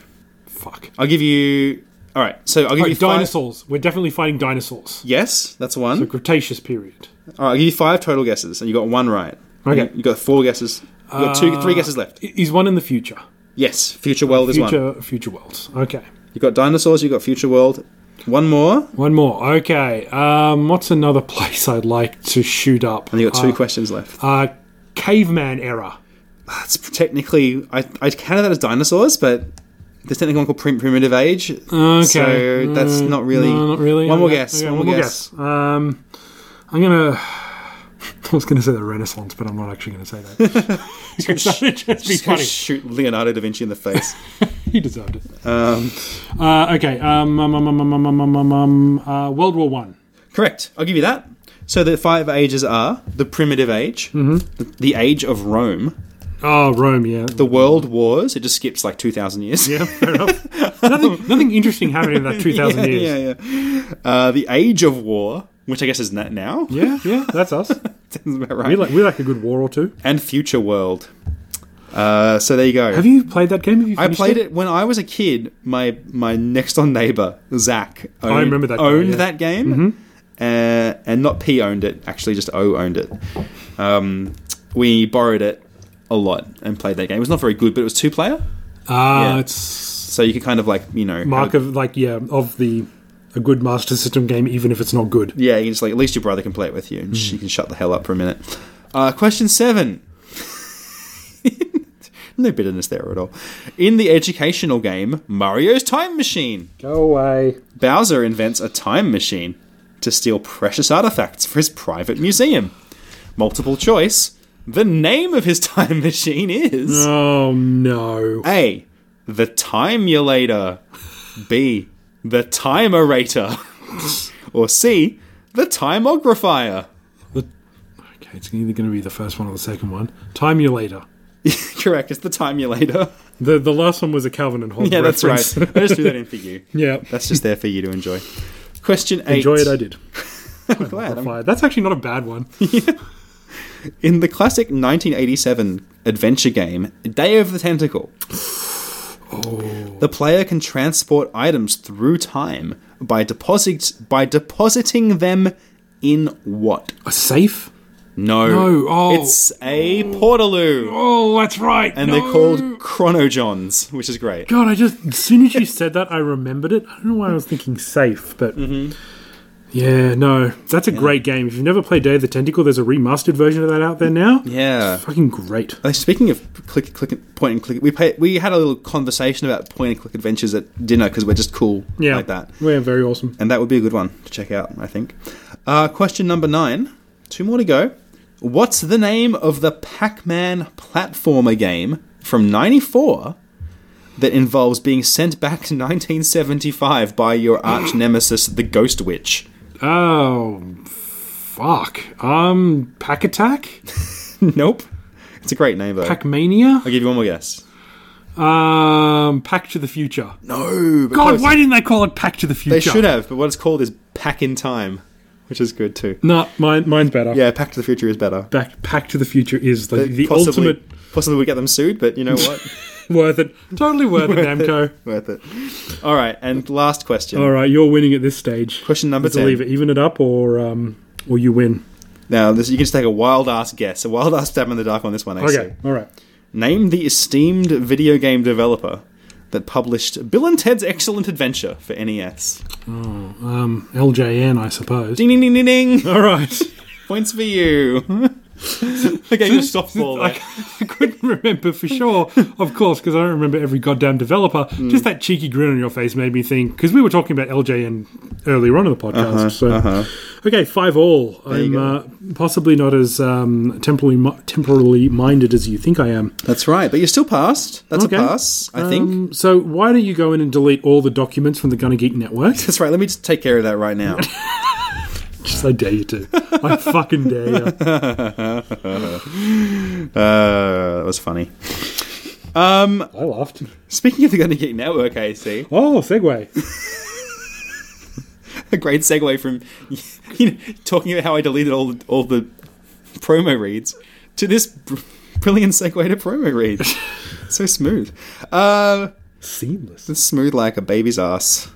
Fuck. I'll give you All right, so I'll give All you right, five dinosaurs. We're definitely fighting dinosaurs. Yes, that's one. The Cretaceous period. All right, I'll give you five total guesses, and you got one right. Okay. Uh, you, you got four guesses. You got two, three guesses left. I- Is one in the future. Yes, Future World is one. Future, future worlds. Okay. You got dinosaurs. You got Future World. One more, One more. Okay. Um, what's another *laughs* place I'd like to shoot up? and you got two questions left. Uh, caveman era. That's technically I I counted that as dinosaurs, but there's technically one called prim- Primitive Age. Okay. Mm, So that's not really. No, Uh, not really. One more Okay, guess. okay, one more guess. Um, I'm gonna. *sighs* I was gonna say the Renaissance, but I'm not actually gonna say that. *laughs* Because that would *laughs* just be Just gonna *laughs* funny. shoot Leonardo da Vinci in the face. *laughs* He deserved it. Um, uh, okay. Um, um, um, um, um, um, um, um, um, uh, World War One. Correct. I'll give you that. So the five ages are the Primitive Age, Mm-hmm. the, the Age of Rome, Oh, Rome. Yeah. the World Wars. It just skips like two thousand years. *laughs* yeah. Fair enough. *laughs* nothing, nothing interesting happened in that 2,000 yeah, years. yeah, yeah. Uh, the Age of War, which I guess is na- now. Yeah, *laughs* yeah, that's us. Sounds about We right. like we like a good war or two. and Future World. Uh, so there you go. Have you played that game? Have you I finished played it when I was a kid. My my next door neighbor Zach owned, remember that guy, owned yeah. Mm-hmm. that game, uh, and not P owned it. Actually, just O owned it. Um, we borrowed it a lot and played that game. It was not very good, but it was two player, Ah, Yeah. it's so you could kind of like you know mark of like yeah of the a good Master System game, even if it's not good. Yeah, you can just like at least your brother can play it with you, and she can shut the hell up for a minute. Uh, question seven. *laughs* no bitterness there at all. In the educational game Mario's Time Machine, Go away. Bowser invents a time machine to steal precious artifacts for his private museum. Multiple choice. The name of his *laughs* time machine is Oh no. A. The Timulator. B. The Timerator. *laughs* or C. The Timographier. Okay, it's either going to be the first one or the second one. Time you later. *laughs* Correct. It's the timulator. The the last one was a Calvin and *laughs* Hobbes. Yeah, that's reference. *laughs* right. I just threw that in for you. yeah. That's just there for you to enjoy. Question eight. Enjoy it, I did. I'm glad. I'm- Fine. That's actually not a bad one. In the classic 1987 adventure game Day of the *sighs* Tentacle, the player can transport items through time by deposit by depositing them in what? A safe? No. No, oh. It's a portaloo, Oh, that's right. and they're called chronojohns, which is great. God, I just as soon as you said that, I remembered it. I don't know why I was thinking safe, but Mm-hmm. yeah, no, that's a great game. If you've never played Day of the Tentacle, there's a remastered version of that out there now. Yeah. fucking great. Uh, Speaking of click, click, and- point and click, we pay, we had a little conversation about point and click adventures at dinner because we're just cool Yeah, like that, Yeah, very awesome. and that would be a good one to check out. I think. Uh, question number nine, two more to go. What's the name of the Pac-Man platformer game from '94 that involves being sent back to 1975 by *coughs* your arch nemesis, the Ghost Witch? *laughs* Oh, fuck. Um, Pack Attack, nope, it's a great name though. Pac Mania, I'll give you one more guess. um, Pack to the Future. No, but God, close. why didn't they call it Pack to the Future? They should have, but what it's called is Pack in Time, which is good too. No, mine, mine's better. Yeah, Pack to the Future is better. Back, Pack to the Future is the, the possibly, ultimate *laughs* Possibly we get them sued, but you know what? *laughs* worth it. Totally worth it, Namco. Worth it. All right, and last question. All right, you're winning at this stage. Question number Let's leave 10. it, even it up, or um, or you win. Now, this, you can just take a wild ass guess, a wild ass stab in the dark on this one, AC. Okay, all right. Name the esteemed video game developer that published Bill and Ted's Excellent Adventure for E NES. Um, LJN, I *laughs* suppose. Ding, ding, ding, ding, ding. All right. Points for you. *laughs* okay, just softball. *laughs* I, there. *laughs* I couldn't remember for sure, of course, because I don't remember every goddamn developer. Hmm. Just that cheeky grin on your face made me think because we were talking about LJN earlier on in the Uh-huh, podcast. so, okay, five all. I'm uh, possibly not as um, temporally mi- temporally minded as you think I am. That's right, but you still passed. That's Okay. a pass, I think. Um, so, why don't you go in and delete all the documents from the Gunner Geek Network? *laughs* That's right. Let me just take care of that right now. Just I dare you to. I fucking dare *laughs* you. uh, that was funny. I laughed. Speaking of the Gunna Geek Network, AC, Oh, segue. *laughs* a great segue from *laughs* you know, talking about how I deleted all the, all the promo reads to this br- brilliant segue to promo reads. so smooth. Uh, Seamless. It's smooth like a baby's ass.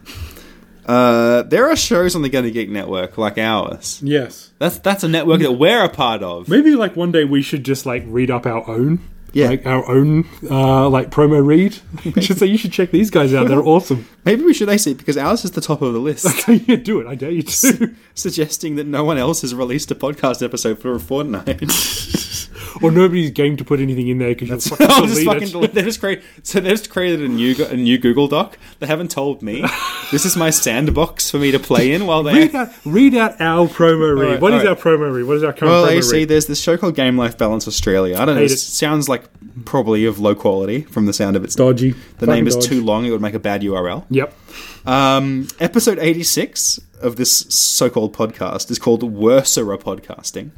Uh, there are shows on the Gunna Geek Network like ours. Yes. That's that's a network that we're a part of. Maybe like one day we should just like read up our own. Yeah. Like our own uh like promo read. *laughs* we should say you should check these guys out. They're *laughs* awesome. *laughs* Maybe we should ace it because ours is the top of the list, yeah, do it. I dare you to. *laughs* suggesting that no one else has released a podcast episode for a fortnight. or nobody's game to put anything in there because you'll *laughs* fucking I'll just *laughs* delete fucking it. delete. They just create, so they've just created a new go- a new Google Doc. They haven't told *laughs* me. This is my sandbox for me to play in while they Read out, read out our promo read. right, What is all right. our promo read? What is our current Well, promo AC, read? there's this show called Game Life Balance Australia. I don't know. Hate It it. sounds like probably of low quality from the sound of its Dodgy. The Fucking name is dodge. too long; it would make a bad URL. Yep. Um, episode eighty-six of this so-called podcast is called Worsera Podcasting,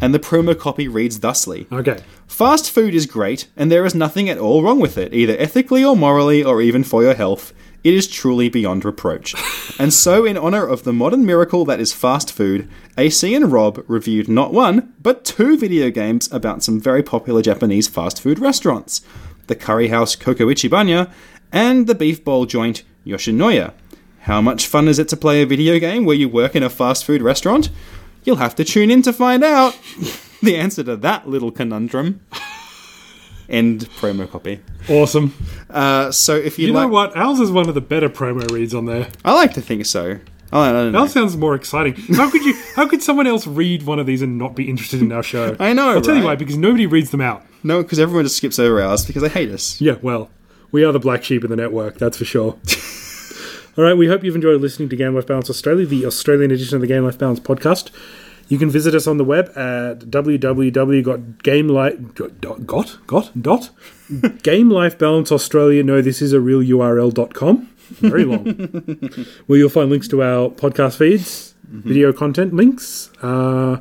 and the promo copy reads thusly: Okay. Fast food is great, and there is nothing at all wrong with it, either ethically or morally, or even for your health. It is truly beyond reproach. and so, in honor of the modern miracle that is fast food, AC and Rob reviewed not one, but two video games about some very popular Japanese fast food restaurants the curry house Koko Ichibanya and the beef bowl joint Yoshinoya. How much fun is it to play a video game where you work in a fast food restaurant? You'll have to tune in to find out *laughs* the answer to that little conundrum. End promo copy. Awesome. Uh, so if you, You like, know what? Ours is one of the better promo reads on there. I like to think so. I don't know. That sounds more exciting. How could you? How could someone else read one of these and not be interested in our show? *laughs* I know, I'll tell you right? why. Because nobody reads them out. No, because everyone just skips over ours because they hate us. Yeah, well, we are the black sheep in the network, that's for sure. *laughs* All right, we hope you've enjoyed listening to Game Life Balance Australia, the Australian edition of the Game Life Balance podcast. You can visit us on the web at www.gamelife dot got got dot Game Life Balance Australia. No, this is a real URL dot com. Very long. where you'll find links to our podcast feeds, video content links, uh,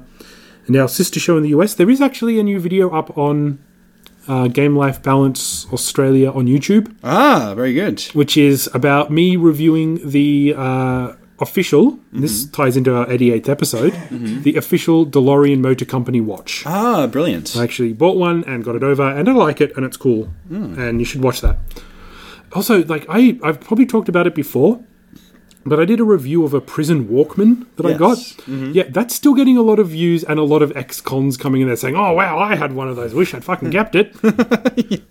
and our sister show in the US. There is actually a new video up on uh, Game Life Balance Australia on YouTube, Ah, very good. which is about me reviewing the uh, official. This ties into our 88th episode. The official DeLorean Motor Company watch. Ah, brilliant. I actually bought one and got it over, and I like it, and it's cool, and you should watch that. Also, like I, I've probably talked about it before, but I did a review of a prison Walkman that I Yes. got. Yeah, that's still getting a lot of views and a lot of ex-cons coming in there saying, "Oh wow, I had one of those. Wish I'd fucking kept it."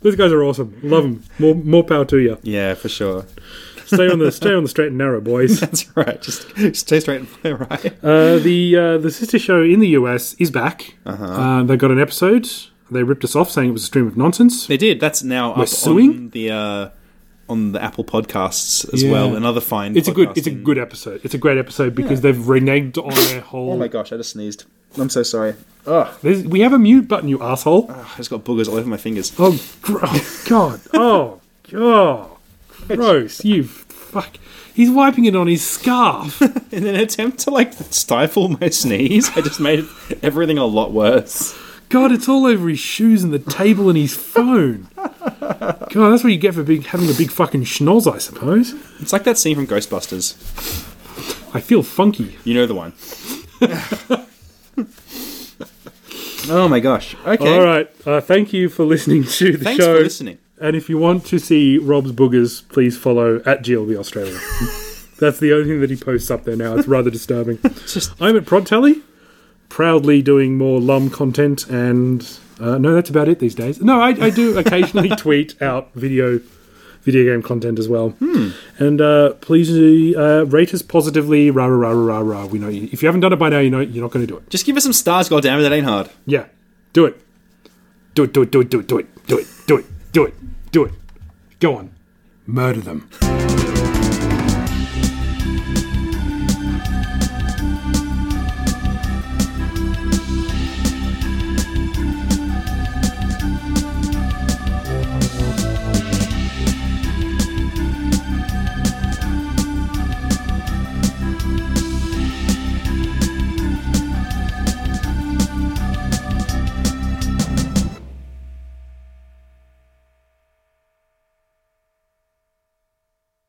Those guys are awesome. Love them. More, more power to you. yeah, for sure. *laughs* Stay on the stay on the straight and narrow, boys. That's right. Just stay straight *laughs* and play right. Uh, the uh, the sister show in the US is back. Uh-huh. they got an episode. They ripped us off, saying it was a stream of nonsense. They did. That's now up on suing? the uh, on the Apple Podcasts as Yeah. well. Another fine. It's a good it's a podcasting- good episode. It's a great episode because they've reneged on *laughs* their Oh whole. my gosh! I just sneezed. I'm so sorry. Ugh, There's- we have a mute button, you asshole. I just got boogers all over my fingers. *laughs* Oh, gr- oh god. Oh, god. Gross. You fuck. He's wiping it on his scarf. In an attempt to like stifle my *laughs* sneeze, I just made everything a lot worse. God, it's all over his shoes and the table and his phone. God, that's what you get for being, having a big fucking schnoz, I suppose. It's like that scene from Ghostbusters. I feel funky. You know the one. *laughs* oh my gosh. Okay. All right. Uh, thank you for listening to the Thanks show. for listening. And if you want to see Rob's boogers, please follow at GLB Australia. That's the only thing that he posts up there now. It's rather disturbing. Just I'm at ProdTelly, proudly doing more LUM content, and uh, no, that's about it these days. No, I, I do occasionally tweet out video video game content as well. And uh, please uh, rate us positively. Rah rah rah rah rah. rah. We know you, if you haven't done it by now, you know you're not going to do it. Just give us some stars, goddammit, that ain't hard. Yeah, do it. Do it. Do it. Do it. Do it. Do it. Do it. Do it. Do it. Do it. Go on, murder them.